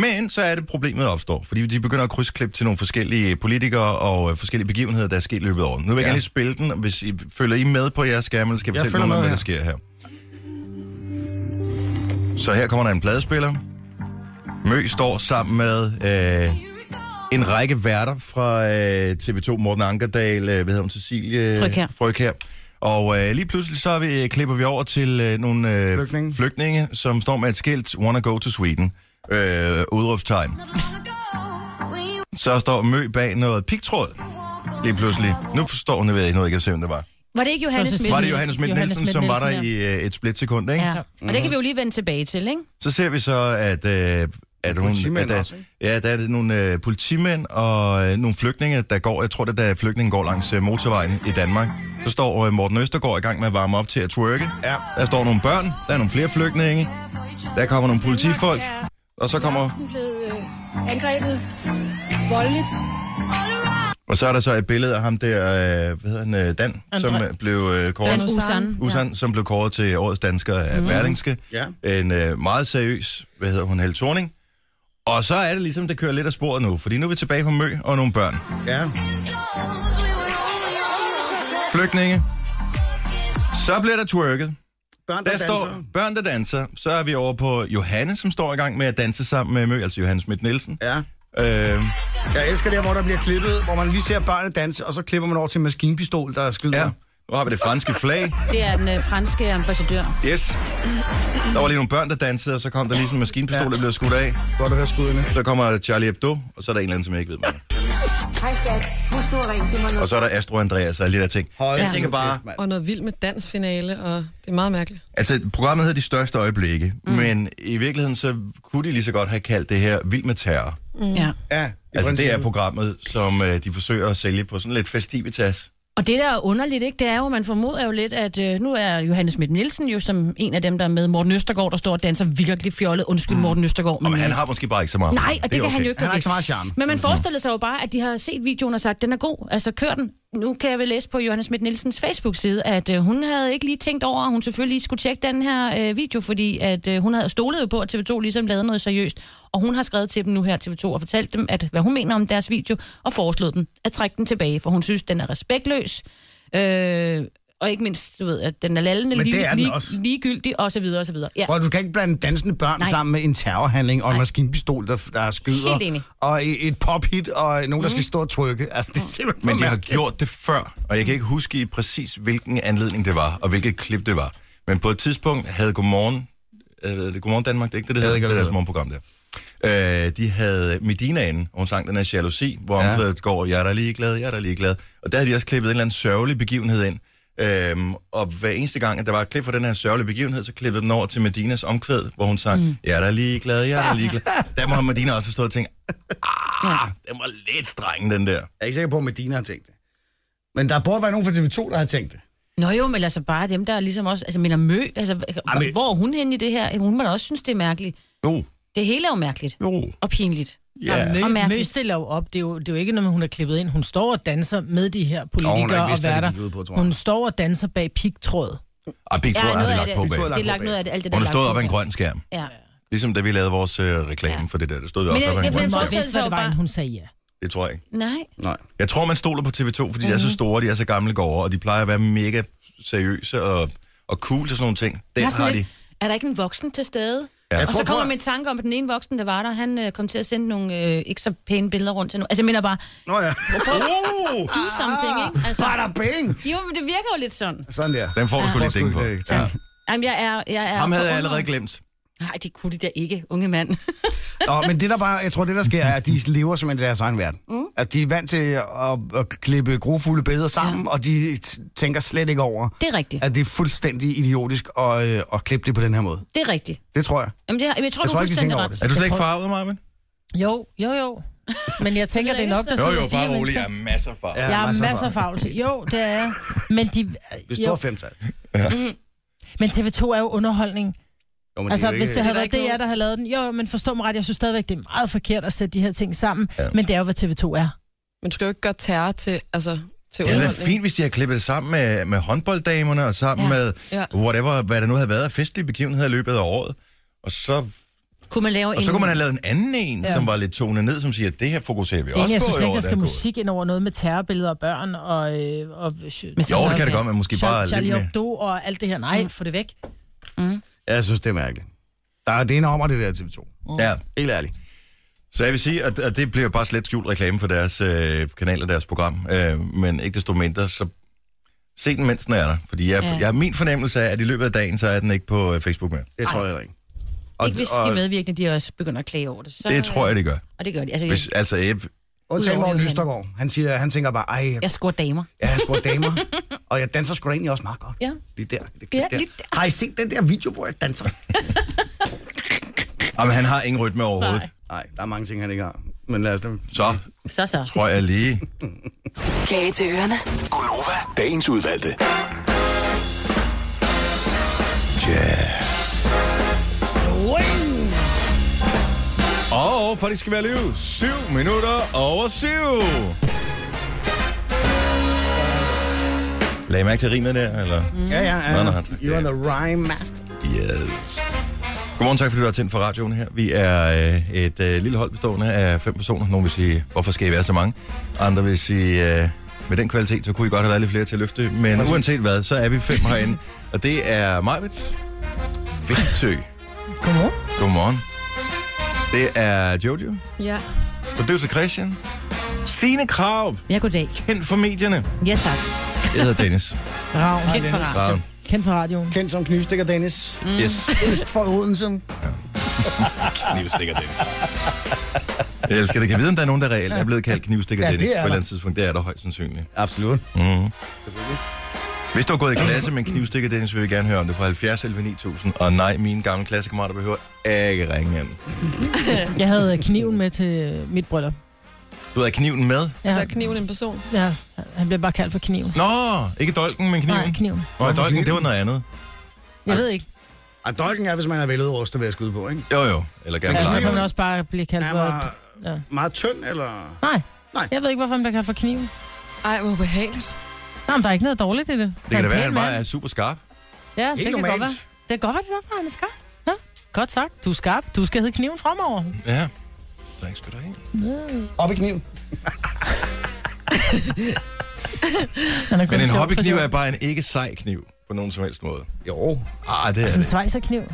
S1: men så er det problemet opstår, fordi de begynder at krydsklip til nogle forskellige politikere og øh, forskellige begivenheder, der er sket i løbet af året. Nu vil jeg
S3: Ja.
S1: gerne lige spille den, og hvis I følger I med på jeres skærm, eller skal jeg
S3: Jeg
S1: fortælle noget om, hvad der
S3: følger
S1: sker her. Så her kommer der en pladespiller. Mø står sammen med øh, en række værter fra øh, TV2, Morten Ankerdal, øh, hvad hedder hun, Cecilie?
S6: Frøkjær.
S1: Frøkjær. Og øh, lige pludselig så er vi, øh, klipper vi over til øh, nogle øh,
S3: Flygtninge.
S1: flygtninge, som står med et skilt, wanna go to Sweden, øh, udråbstegn. Så står Mø bag noget pigtråd lige pludselig. Nu forstår hun det, ved jeg ikke, noget, jeg kan se, hvem det var.
S6: Var det ikke Johannes
S5: Var det
S6: Schmidt?
S1: Var det Johannes Schmidt
S5: Johannes
S1: Nielsen, som var der
S5: Schmidt-Nielsen,
S1: i øh, et splitsekund, ikke? Mhm.
S6: Ja. Og det kan vi jo lige vende tilbage til, ikke?
S1: Så ser vi så, at, øh, at hun,
S3: Politimænd
S1: at der,
S3: også, ikke?
S1: ja, der er det nogle øh, politimænd og øh, nogle flygtninge, der går, jeg tror, det er, da flygtningen går langs øh, motorvejen i Danmark. Så står øh, Morten Østergaard i gang med at varme op til at twerke.
S3: Ja.
S1: Der står nogle børn, der er nogle flere flygtninge, der kommer nogle politifolk, og så kommer...
S7: øh, angrebet voldeligt.
S1: Og så er der så et billede af ham der, øh, hvad hedder han, øh, Dan, André. som øh, blev øh, kåret.
S5: Dan Usan.
S1: Usan, ja. som blev kåret til årets dansker af mm. Berlingske.
S3: Ja.
S1: En øh, meget seriøs, hvad hedder hun, Helle Thorning. Og så er det ligesom, det kører lidt af sporet nu, fordi nu er vi tilbage på Mø og nogle børn.
S3: Ja.
S1: Flygtninge. Så bliver der twerket.
S3: Børn, der,
S1: Der står børn, der danser. Så er vi over på Johanne, som står i gang med at danse sammen med Mø, altså Johannes Schmidt Nielsen.
S3: Ja.
S1: Øh,
S3: Jeg elsker det her, hvor der bliver klippet, hvor man lige ser børnene danse, og så klipper man over til en maskinpistol, der skyder.
S1: ja. Nu har vi det franske flag.
S6: Det er den øh, franske ambassadør.
S1: Yes. Der var lige nogle børn, der dansede, og så kom der lige sådan en maskinpistol, der blev skudt af.
S3: Godt at høre skuddene.
S1: Så kommer Charlie Hebdo, og så er der en eller anden, som jeg ikke ved, hvad er.
S7: Hej skat, husk nu at ringe til mig nu.
S1: Og så er der Astro Andreas og alle de der ting.
S3: Hold
S1: jeg
S3: nu
S1: tænker bare,
S3: kæft, mand.
S2: Og noget vildt med dansfinale, og det er meget mærkeligt.
S1: altså programmet hedder De Største Øjeblikke, mm. men i virkeligheden så kunne de lige så godt have kaldt det her Vild med Terror.
S6: Ja.
S3: Ja,
S1: Altså det er
S3: princippet.
S1: programmet, som øh, de forsøger at sælge på sådan lidt festivitas.
S6: Og det, der er underligt, ikke, det er jo, man formoder jo lidt, at øh, nu er Johannes Schmidt Nielsen jo som en af dem, der er med Morten Østergaard, der står og danser virkelig fjollet. Undskyld, Morten Østergaard.
S1: Og han har måske bare ikke så meget.
S6: Nej, og det, det kan
S1: er
S6: okay. han jo ikke.
S3: Han har
S6: okay.
S3: ikke så meget charme.
S6: Men man forestiller sig jo bare, at de har set videoen og sagt, den er god, altså kør den. Nu kan jeg vel læse på Johannes Schmidt Nielsens Facebook-side, at øh, hun havde ikke lige tænkt over, at hun selvfølgelig lige skulle tjekke den her øh, video, fordi at øh, hun havde stolet jo på, at TV2 ligesom lavede noget seriøst. Og hun har skrevet til dem nu her, TV2, og fortalt dem, at, hvad hun mener om deres video, og foreslået dem at trække den tilbage, for hun synes, den er respektløs. Øh, og ikke mindst, du ved, at den er lallende,
S3: Men det
S6: lige,
S3: er den
S6: lige,
S3: også.
S6: ligegyldig, osv. osv. Ja.
S3: Hvor du kan ikke blande dansende børn Nej.
S6: Nej.
S3: sammen med en terrorhandling og en maskinpistol, der, der skyder.
S6: Helt enig. Mhm.
S3: Og i- et pop-hit, og nogen, der skal stå og trykke. Altså, det er simpelthen for
S1: Men de har
S3: mærkeligt.
S1: gjort det før, og jeg kan ikke huske i præcis, hvilken anledning det var, og hvilket klip det var. Men på et tidspunkt havde Godmorgen, øh, hvad hedder det, Godmorgen Danmark, det er ikke det, det hedder,
S3: ikke,
S1: det,
S3: hvad det
S1: deres morgenprogram der. Øh, de havde Medinaen, og hun sang den her jalousi, hvor
S3: Ja.
S1: ja. omkvædet går, jeg er da ligeglad, jeg er da ligeglad. Og der havde de også klippet en eller anden sørgelig begivenhed ind. Øhm, og hver eneste gang, at der var et klip fra den her sørgelige begivenhed, så klippede den over til Medinas omkvæd, hvor hun sang, mm. jeg er da ligeglad, jeg er da [LAUGHS] ligeglad. Der må have Medina også have stået og tænkt, ah, den var lidt streng, den der.
S3: Jeg er ikke sikker på, at Medina har tænkt det. Men der burde være nogen fra TV2, der har tænkt det.
S6: Nå jo, men altså bare dem, der ligesom også, altså minder mø, altså
S3: Ej, men-
S6: Amen. hvor er hun henne i det her? Hun må da også synes, det er mærkeligt.
S1: Jo,
S6: Det hele er jo mærkeligt
S1: jo.
S6: og pinligt.
S1: Ja.
S5: Mø,
S6: Og mærkeligt.
S5: Mø stiller jo op. Det er jo, det er jo ikke noget, med, hun er klippet ind. Hun står og danser med de her
S3: Og hun har
S5: politikere
S3: ikke
S5: og
S3: vidst, hvad det
S5: værter.
S3: gik ud på, tror jeg.
S5: Hun står og danser bag pigtråd.
S1: Ej, Big Brother Ah, har det lagt på
S6: det,
S1: bag.
S6: det er lagt noget af det, alt det der
S1: Hun
S6: er
S1: har
S6: lagt
S1: stået
S6: på
S1: op af en
S6: bag.
S1: grøn skærm.
S6: Ja.
S1: Ligesom da vi lavede vores øh, reklame
S6: Ja.
S1: for det der. Der stod vi
S6: Men
S1: også
S6: jeg-
S1: op af en
S6: jeg
S1: grøn
S6: bliver
S5: Hun
S1: skærm.
S5: måtte
S6: forestiller
S5: vidste, hvad
S6: sig
S5: det
S6: jo
S5: var,
S6: bare-
S5: inden hun sagde ja.
S1: Det tror jeg ikke.
S6: Nej.
S3: Nej.
S1: Jeg tror, man stoler på TV2, fordi mm-hmm. de er så store, de er så gamle gårde, og de plejer at være mega seriøse og, og cool til sådan nogle ting. Det
S6: Jeg er
S1: har
S6: sådan
S1: de.
S6: lidt- er der ikke en voksen til stede?
S1: Ja.
S6: Ja.
S1: Jeg
S6: Og
S3: tror
S6: så kommer
S3: på-
S6: min tanke om, at den ene voksen, der var der, han øh, kom til at sende nogle øh, ikke så pæne billeder rundt til nu. Altså, jeg mener bare,
S3: Nå ja.
S1: Uh!
S6: do something, ikke? Altså,
S3: Bada bing!
S6: jo, men det virker jo lidt sådan.
S3: Sådan der.
S1: Den får du sgu lige
S3: Skud,
S1: dænge på.
S3: det- tak.
S6: Jamen, jeg er... Jeg er
S1: Ham havde jeg
S6: forundret.
S1: allerede glemt.
S6: Nej, det kunne det da ikke, unge mand. [LAUGHS]
S3: Nå, men det der bare, jeg tror, det der sker, er, at de lever simpelthen i deres egen verden. Mm. Altså, de er vant til at, at klippe grofulde billeder sammen, ja. og de t- tænker slet ikke over,
S6: det er rigtigt.
S3: at det er fuldstændig idiotisk at, øh, at klippe det på den her måde.
S6: Det er rigtigt.
S3: Det tror jeg.
S6: Jamen, det, jeg, jeg tror,
S3: Jeg
S6: du
S3: tror
S6: er
S3: ikke, de tænker
S6: fuldstændig
S3: over
S6: ret.
S1: Er du slet ikke farvet, Marvin?
S5: Jo, jo, jo. [LAUGHS] Men jeg tænker, det er nok, der
S1: Jo,
S5: sidder
S1: jo,
S5: fire
S1: bare rolig.
S5: mennesker.
S1: Jeg er masser af farvet.
S3: Ja,
S5: Jeg
S3: masser
S5: er
S3: af
S5: masser af fagelse. Jo, det er jeg. Men, de,
S3: Det
S5: jo,
S3: store femtal.
S5: men TV2 er jo underholdning.
S3: Jo, men
S5: Altså,
S3: er jo
S5: hvis det havde
S2: der
S5: været
S2: ikke
S5: DR,
S2: noget-
S5: der havde lavet den. Jo, jo, men forstå mig ret, jeg synes stadigvæk, det er meget forkert at sætte de her ting sammen. Ja. Men det er jo, hvad TV2 er.
S2: Men du skal jo ikke gøre terror til, altså,
S1: Ja,
S2: til
S1: det er
S2: underholdning.
S1: fint, hvis de har klippet det sammen med, med håndbolddamerne og sammen ja.
S6: Ja.
S1: med
S2: Ja.
S1: whatever, hvad der nu havde været af festlige begivenheder i løbet af året. Og så,
S6: Kunne man
S1: og
S6: lave
S1: så
S6: en...
S1: kunne man have lavet en anden en, ja. som var lidt tonet ned, som siger, at det her fokuserer vi
S5: Det er,
S1: også
S5: jeg
S1: på
S5: synes
S1: i
S5: ikke,
S1: året,
S5: der
S1: er
S5: skal
S1: gået.
S5: musik ind over noget med terrorbilleder af børn og... Øh, og men
S1: Jo, det kan det godt, men måske bare lidt
S5: Charlie
S1: mere.
S5: Hebdo og alt det her. Nej, få det væk.
S3: Ja, Jeg synes, det er mærkeligt. Der er det ene om, og det der TV2.
S1: Ja.
S3: Helt ærligt.
S1: Så jeg vil sige, at, at det bliver bare slet skjult reklame for deres øh, kanal og deres program. Øh, men ikke desto mindre, så se den, mens den er der. Fordi jeg, ja.
S6: Ja.
S1: jeg, min fornemmelse er, at i løbet af dagen, så er den ikke på øh, Facebook mere.
S3: Det tror jeg ikke.
S6: Og, ikke hvis de medvirkende, de også begynder at klage over det. Så,
S1: Det tror jeg, det gør.
S6: Og det gør de. Altså,
S1: Hvis,
S6: jeg,
S1: altså, jeg,
S3: Undtagen Morten
S6: Udover Johan.
S3: Lystergaard. Han, siger, han tænker bare, ej, jeg,
S6: jeg scorer damer.
S3: jeg har spurgt damer. og jeg danser sgu da egentlig også meget godt.
S6: Ja.
S3: Lige der. Det klip
S6: Ja,
S3: der.
S6: lige der.
S3: Har I set den der video, hvor jeg danser?
S1: jamen, han har ingen rytme overhovedet. Nej.
S6: Nej.
S3: Nej, der er mange ting, han ikke har. Men lad os dem.
S1: Så
S6: Så så.
S1: tror jeg lige...
S4: Kage til ørerne.
S8: Gonova, dagens udvalgte.
S1: Og for det skal være liv, 7 minutter over 7. Lagde I mærke til rimet der, eller? Mm.
S3: Ja, ja,
S1: Nå,
S3: ja.
S1: nå, tak.
S3: You are the rhyme master.
S1: Yes. Godmorgen, tak fordi du har tændt for radioen her. Vi er øh, et øh, lille hold bestående af fem personer. Nogle vil sige, hvorfor skal I være så mange? Andre vil sige, øh, med den kvalitet, så kunne I godt have været lidt flere til at løfte. Men Præcis. uanset hvad, så er vi fem herinde. og det er Majvits, Vindsø.
S5: Godmorgen.
S1: Godmorgen. Det er Jojo.
S2: Ja.
S1: Producer Christian. Signe Krav,
S6: Ja, goddag.
S1: kendt for medierne.
S6: Ja, tak.
S1: Jeg hedder Dennis.
S5: Ravn.
S6: Kendt for rart.
S1: Ravn.
S5: Kendt for radioen.
S3: Kendt som knivstikker Dennis.
S1: Yes.
S3: Øst for Odense.
S1: Knivstikker Dennis. Jeg elsker det. Kan jeg vide, om der er nogen, der reelt er blevet kaldt knivstikker
S3: Ja,
S1: ja,
S3: det
S1: Dennis
S3: er
S1: på et
S3: der.
S1: eller andet tidspunkt? Det er der højst sandsynligt. Mhm.
S3: Absolut.
S1: Hvis du har gået i klasse med en knivstikker Dennis, vil vi gerne høre om det på 70 11 9000. Og nej, mine gamle klassekammerater behøver ikke ringe ind.
S5: Jeg havde øh, kniven med til øh, mit bryllup.
S1: Du havde kniven med.
S5: Ja,
S2: Så er Altså, kniven en person.
S5: ja, han blev bare kaldt for kniven.
S1: Nå, ikke dolken, men kniven.
S5: Nej, kniven.
S1: Nå, dolken, det var noget andet.
S5: Jeg ved ikke.
S3: Og dolken er, hvis man er veludrustet ved at skyde på, ikke?
S1: Jo, jo. Eller gerne
S5: Ja, så kan
S1: ja,
S5: man Altså, også bare blive kaldt
S3: Er
S5: for...
S3: man
S5: Ja.
S3: meget tynd, eller?
S5: Nej.
S3: Nej.
S5: Jeg ved ikke, hvorfor han bliver kaldt for kniven.
S2: Ej, hvor ubehageligt.
S5: Nej, men der er ikke noget dårligt i det.
S1: Det kan da være, at han bare er super skarp.
S5: Ja, det
S3: Helt
S5: kan
S3: normalt.
S5: godt være. Det kan godt være, det er derfor, han er skarp. Ja, godt sagt. Du er skarp. Du skal hedde kniven fremover.
S1: Ja. Tak skal du have.
S3: Op i kniven.
S5: Han er
S1: Men en hobbykniv er bare en ikke sej kniv på nogen som helst måde.
S3: Jo.
S1: Ah, det er
S5: Sådan en
S1: det.
S5: svejserkniv.
S1: Ah,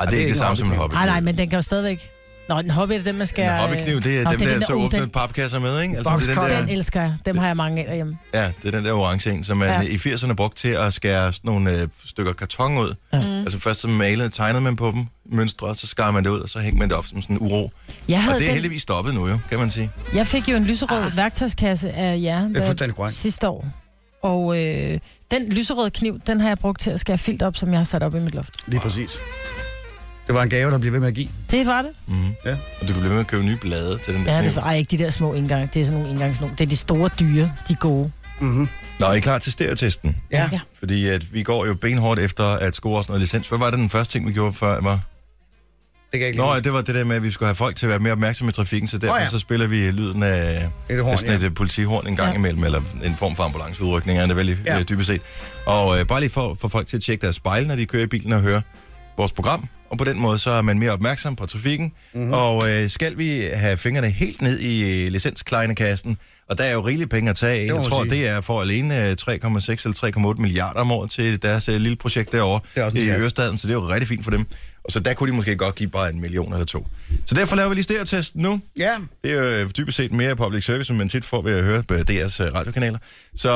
S5: altså,
S1: det er ikke det samme som en hobbykniv.
S5: Nej, nej, men den kan jo stadigvæk... Nå, en hobby er det den, man skal...
S1: En hobbykniv, det er
S5: Nå,
S1: dem,
S5: den
S1: der så
S5: uh,
S1: åbner
S5: den,
S1: papkasser med, ikke? Altså, det er den
S3: Boxcutter.
S1: der,
S5: den elsker jeg. Dem har jeg mange af derhjemme.
S1: ja, det er den der orange en, som man
S5: Ja.
S1: i 80'erne brugte til at skære sådan nogle øh, stykker karton ud. Ja. Altså først så malede, tegnede man på dem, mønstret, så skar man det ud, og så hængte man det op som sådan en uro.
S5: Jeg,
S1: Og
S5: havde
S1: det er
S5: den,
S1: heldigvis stoppet nu jo, kan man sige.
S5: jeg fik jo en lyserød ah. værktøjskasse af jer
S3: Det er
S5: der,
S3: fuldstændig grønt.
S5: sidste år. Og øh, den lyserøde kniv, den har jeg brugt til at skære filt op, som jeg har sat op i mit loft.
S3: Lige præcis. Det var en gave, der blev ved med at give.
S5: Det var det.
S1: Mm-hmm.
S3: Ja.
S1: Og du kan blive ved med at købe nye blade til den der
S5: Ja,
S1: kniv.
S5: det er ej, ikke de der små indgang. Det er sådan nogle indgangsnogen. Det er de store dyre, de er gode.
S3: Mm-hmm.
S1: Nå, er I klar til stereotesten?
S3: Ja.
S6: Ja.
S1: Fordi at vi går jo benhårdt efter at score os noget licens. Hvad var det den første ting, vi gjorde før? Var?
S3: Det kan jeg ikke
S1: Nå,
S3: lide.
S1: ja, det var det der med, at vi skulle have folk til at være mere opmærksomme i trafikken, så derfor
S3: Nå
S1: oh,
S3: ja.
S1: ja. så spiller vi lyden af
S3: Et horn,
S1: horn, sådan
S3: ja.
S1: et øh, politihorn en gang
S5: Ja.
S1: ja. imellem, eller en form for ambulanceudrykning, er det vel
S3: Ja.
S1: ja. øh, dybest set. Og øh, bare lige for, for folk til at tjekke deres spejl, når de kører i bilen og hører vores program, og på den måde så er man mere opmærksom på trafikken.
S3: Mhm.
S1: Mm-hmm. Og øh, skal vi have fingrene helt ned i øh, licensklejnekassen, og der er jo rigelige penge at tage af. Jeg
S3: må man
S1: tror,
S3: sige.
S1: det er for alene øh, 3,6 eller 3,8 milliarder om året til deres øh, lille projekt
S3: Det er også
S1: derovre
S3: en
S1: i
S3: skat.
S1: Ørestaden, så det er jo rigtig fint for dem. Og så der kunne de måske godt give bare en million eller to. Så derfor laver vi lige stærtest nu.
S3: [LAUGHS] Ja.
S1: Det er jo øh, dybest set mere public service, som man tit får ved at høre på DR's øh, radiokanaler. Så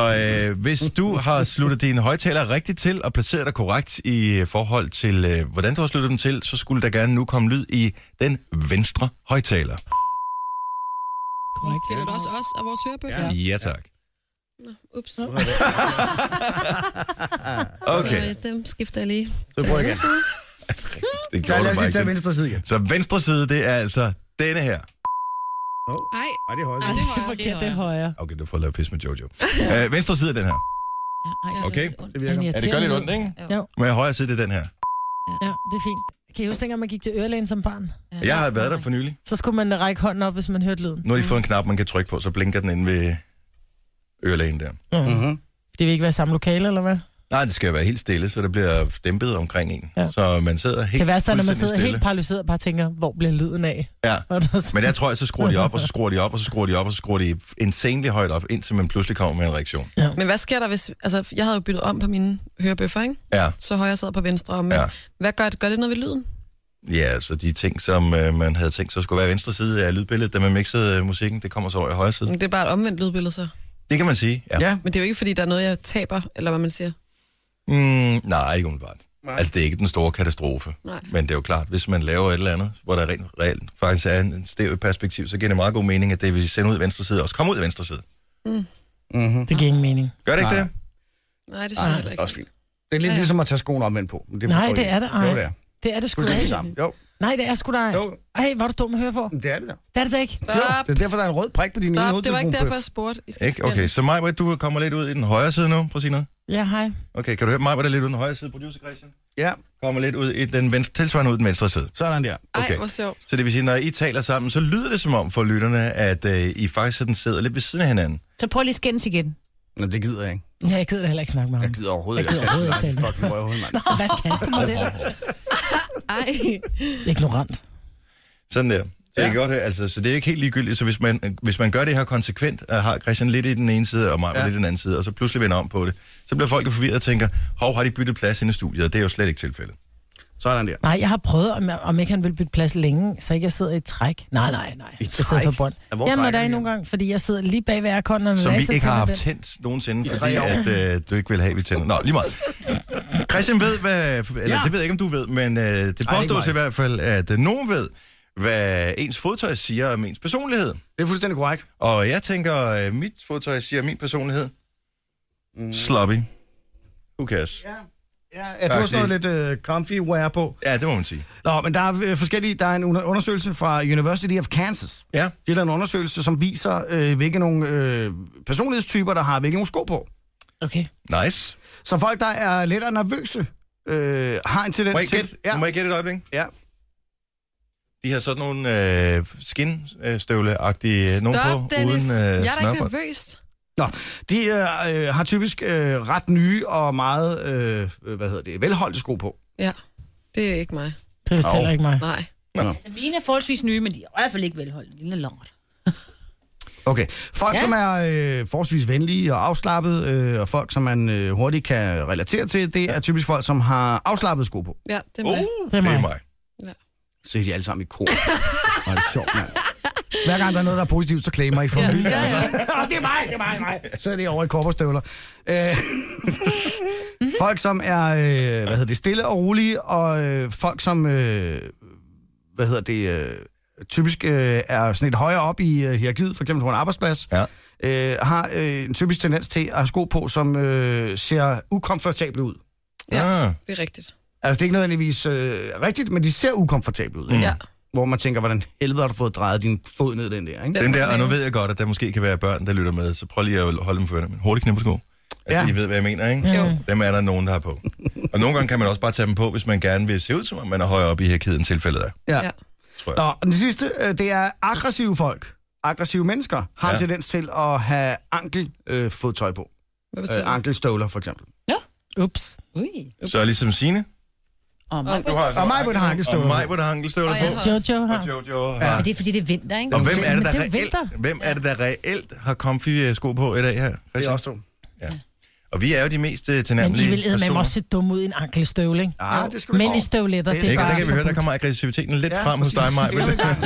S1: øh, hvis du har sluttet dine højtaler rigtigt til og placeret dig korrekt i øh, forhold til, øh, hvordan du har sluttet dem til, så skulle der gerne nu komme lyd i den venstre højtaler.
S5: Korrekt.
S2: Gælder det også os og vores hørebøffer?
S1: Ja,
S2: Ja.
S1: ja tak.
S2: Ups.
S1: Okay,
S2: Så, øh, dem skifter jeg lige.
S3: Så prøver jeg igen.
S1: [LAUGHS] det
S3: Så
S1: gjorde
S3: lad
S1: du
S3: os
S1: bare
S3: lige tage
S1: ikke.
S3: venstre side igen.
S1: Så venstre side, det er altså denne her.
S2: Ej,
S3: Ej, det er højre
S2: ej,
S3: side.
S2: det var jeg.
S5: Forkert, det er højere.
S1: Okay, du får lavet pis med
S3: [LAUGHS]
S1: Jojo. Øh, venstre side er den her.
S6: Ja, ej, det er
S1: Okay.
S6: lidt ondt.
S3: Det virker.
S1: Ja, det gør lidt ondt, ikke?
S5: Jo,
S1: Med højre side, det er den her.
S5: ja, det er fint. Kan I huske, dengang man gik til ørelægen som barn?
S1: Jeg har været der for nylig.
S5: Så skulle man række hånden op, hvis man hørte lyden.
S1: Nu har de fået en knap, man kan trykke på, så blinker den inde ved ørelægen der.
S3: Mm-hmm.
S5: Det vil ikke være samme lokale, eller hvad?
S1: Nej, det skal være helt stille, så det bliver dæmpet omkring en. Ja.
S5: Ja.
S1: Så man sidder helt
S5: Det værste er, når man
S1: fuldstændig
S5: sidder helt paralyseret og bare tænker, hvor bliver lyden af? [LAUGHS]
S1: Ja.
S5: Og der er
S1: Men der tror jeg, så skruer de op, og så skruer de op, og så skruer de op, og så skruer de insanely højt op, indtil man pludselig kommer med en reaktion.
S2: Men hvad sker der, hvis... Altså, jeg havde jo byttet om på mine hørebøffer, ikke?
S1: Ja,
S2: Så højre sad på venstre. Men
S1: Ja.
S2: ja. hvad gør det? Gør det noget ved lyden?
S1: ja så de ting, som øh, man havde tænkt, så skulle være venstre side af lydbilledet, da man mixede øh, musikken, det kommer så over i højre side.
S2: Men Det er bare et omvendt lydbillede, så.
S1: Det kan man sige, ja.
S3: Ja.
S2: Men det er jo ikke, fordi der er noget, jeg taber, eller hvad man siger.
S1: Mm, nej, ikke umiddelbart. Nej. Altså, det er ikke den store katastrofe.
S2: Nej.
S1: Men det er jo klart, hvis man laver et eller andet, hvor der rent reelt faktisk er en en stæv perspektiv, så giver det meget god mening, at det, vi sender ud i venstre side, også kommer ud i venstre side.
S3: Mm-hmm.
S5: Det giver ingen mening.
S1: Gør det ikke
S3: Nej.
S1: det?
S2: Nej,
S1: Ah,
S2: det synes jeg heller ikke.
S3: Også fint. Det er lidt
S2: Ja, ja.
S3: ligesom at tage skoen omvendt på. Men det
S5: Nej,
S3: forstår
S5: det
S3: jeg
S5: er det
S3: ikke.
S5: ej.
S3: Jo, det er.
S5: Det er det sgu
S3: Skulle det
S5: da
S3: det
S5: ikke.
S3: samme? Jo,
S5: Nej, det er sgu da ej.
S3: jo.
S5: Ej, hvor er du dum at høre på.
S3: Det er det der.
S5: Det er det da ikke.
S2: Stop,
S3: Det er derfor, der er en rød prik på din ene
S2: stop. Det var ikke
S3: hovedtelefonbøf.
S2: derfor, jeg spurgte. I skal
S1: Ikke? Okay, så Maja, du kommer lidt ud i den højre side nu, prøv at sige noget.
S5: Ja, hej.
S1: Okay, kan du høre mig, hvor der er lidt ud i den højre side, producer Christian?
S3: Ja,
S1: Kommer lidt ud i den venstre, tilsvarende ud i den venstre side.
S3: sådan der.
S1: Okay.
S2: Ej, hvor sjovt.
S1: Så det vil sige, når I taler sammen, så lyder det som om for lytterne, at øh, I faktisk sådan sidder lidt ved siden af hinanden.
S6: Så prøv lige at skændes igen.
S3: Nå, det gider jeg ikke.
S5: Ja, jeg gider da heller ikke snakke med ham.
S3: Jeg gider overhovedet
S5: Jeg gider overhovedet
S3: ikke.
S5: ikke tale.
S3: Fucking røvhul, mand.
S5: Hvad kan du med det?
S2: Ej.
S5: Ignorant.
S1: Sådan der. Så, ja. godt, høre, altså, så det er ikke helt ligegyldigt. Så hvis man, hvis man gør det her konsekvent, og har Christian lidt i den ene side, og mig ja.
S3: Ja.
S1: lidt i den anden side, og så pludselig vender om på det, så bliver folk jo forvirret og tænker, hov, har de byttet plads inde i studiet? Og det er jo slet ikke tilfældet.
S3: Sådan der.
S5: Nej, jeg har prøvet, om, jeg, om ikke han ville bytte plads længe, så ikke jeg sidder i et træk. Nej, nej, nej.
S3: I
S5: jeg sidder
S3: træk?
S5: for bånd.
S3: Ja, hvor
S5: Jamen,
S3: trækker
S5: der er
S3: I
S5: nogle gange, fordi jeg sidder lige bag ved airconen. og
S1: Som vi
S5: laser
S1: ikke har
S5: tænder
S1: haft
S5: den.
S1: tændt nogensinde, fordi
S3: tre år.
S1: at, øh, du ikke vil have, at vi tænder. Nå, lige meget. Christian ved, hvad, eller ja.
S3: Ja.
S1: det ved jeg ikke, om du ved, men øh, det
S3: mig.
S1: påstås i hvert fald, at øh, nogen ved, hvad ens fodtøj siger om ens personlighed.
S3: Det er fuldstændig korrekt.
S1: Og jeg tænker, øh, mit fodtøj siger min personlighed. Mm. Sloppy. Who cares?
S3: Ja. Ja, ja du har sådan noget lidt øh, comfy wear på.
S1: Ja, det må man sige.
S3: Nå, men der er øh, forskellige. Der er en under- undersøgelse fra University of Kansas.
S1: Ja.
S3: Det er der en undersøgelse, som viser, øh, hvilke nogle øh, personlighedstyper, der har hvilke nogle sko på.
S5: Okay.
S1: Nice.
S3: Så folk, der er lidt nervøse, øh, har en tendens
S1: Må jeg
S3: til...
S1: gætte?
S3: Ja,
S1: Ja. Må jeg gætte et øjeblik?
S3: ja.
S1: De har sådan nogle øh, skinstøvleagtige øh, nogen på,
S2: Stop, Dennis.
S1: uden øh,
S2: jeg er da ikke
S1: snørbånd.
S2: nervøs.
S3: Nå, de øh, øh, har typisk øh, ret nye og meget, øh, øh, hvad hedder det, velholdte sko på.
S2: Ja, det er ikke mig.
S5: Det er vist heller ikke mig.
S2: Nej.
S6: Altså, mine er forholdsvis nye, men de er i hvert fald ikke velholdt. Lille lort.
S3: Okay. Folk, ja.
S6: Ja.
S3: som er øh, forholdsvis venlige og afslappede, øh, og folk, som man øh, hurtigt kan relatere til, det er typisk folk, som har afslappede sko på.
S2: Ja, det er mig.
S1: Uh,
S5: Det er mig.
S3: Så er de alle sammen i kor. Hvor er det sjovt, mand. Hver gang der er noget, der er positivt, så klamer I for ja. vildt. Altså. Åh, det er mig, det er mig, mig. Så er det over i korporstøvler. Øh, folk, som er øh, hvad hedder det, stille og rolige, og øh, folk, som øh, hvad hedder det, øh, typisk øh, er sådan lidt højere op i øh, hierarkiet, for eksempel på en arbejdsplads,
S1: Ja.
S3: øh, har øh, en typisk tendens til at have sko på, som øh, ser ukomfortable ud.
S2: Ja.
S1: Ah,
S2: Det er rigtigt.
S3: Altså, det er ikke nødvendigvis øh, rigtigt, men de ser ukomfortable ud. Mm.
S2: Ja.
S3: Hvor man tænker, hvordan helvede har du fået drejet din fod ned den der, ikke?
S5: Altså,
S1: den der, og nu ved jeg godt, at der måske kan være børn, der lytter med, så prøv lige at holde dem for ørerne. Men hurtigt knippersko. Altså, ja.
S3: Ja.
S1: I ved, hvad jeg mener, ikke?
S2: Jo.
S1: Dem er der nogen, der har på. Og nogle gange kan man også bare tage dem på, hvis man gerne vil se ud, som om man er højere oppe i her kæden tilfældet er.
S2: Ja.
S3: Nå, og det sidste, øh, det er aggressive folk. Aggressive mennesker har
S1: Ja.
S3: ja. tendens til at have ankelfodtøj øh, fodtøj på.
S2: Hvad betyder
S3: Øh,
S2: det?
S3: ankelstøvler, for eksempel.
S5: Ups.
S6: Ui.
S1: Så ligesom Signe.
S6: Og mig.
S1: Du har
S3: Og mig på et
S1: Og
S3: hankestøvle.
S1: mig på et hankelstøvle
S2: Og jeg
S1: på.
S2: har-
S5: Jojo
S1: Og
S5: har.
S1: Jojo har.
S6: Det er, fordi det er vinter, ikke?
S1: Og hvem er det,
S5: Men
S1: der
S5: det er jo
S1: reelt,
S5: vinter.
S1: hvem er det, der reelt har comfy øh, sko på i dag her?
S3: Det
S1: Christian?
S3: er også to.
S1: Og vi er jo de mest øh,
S5: Men I
S1: tilnærmelige
S5: vil eddermame også se dumme ud i en ankelstøvle, ikke?
S3: Ah, det skal vi
S5: Mænd i
S3: ikke.
S5: støvletter,
S3: Det
S5: det er
S1: Ikke,
S5: bare...
S1: og der kan vi høre, der kommer aggressiviteten lidt
S3: Ja,
S1: frem hos dig,
S3: præcis.
S1: Maj.
S3: Kom i
S1: [LAUGHS]
S3: gang.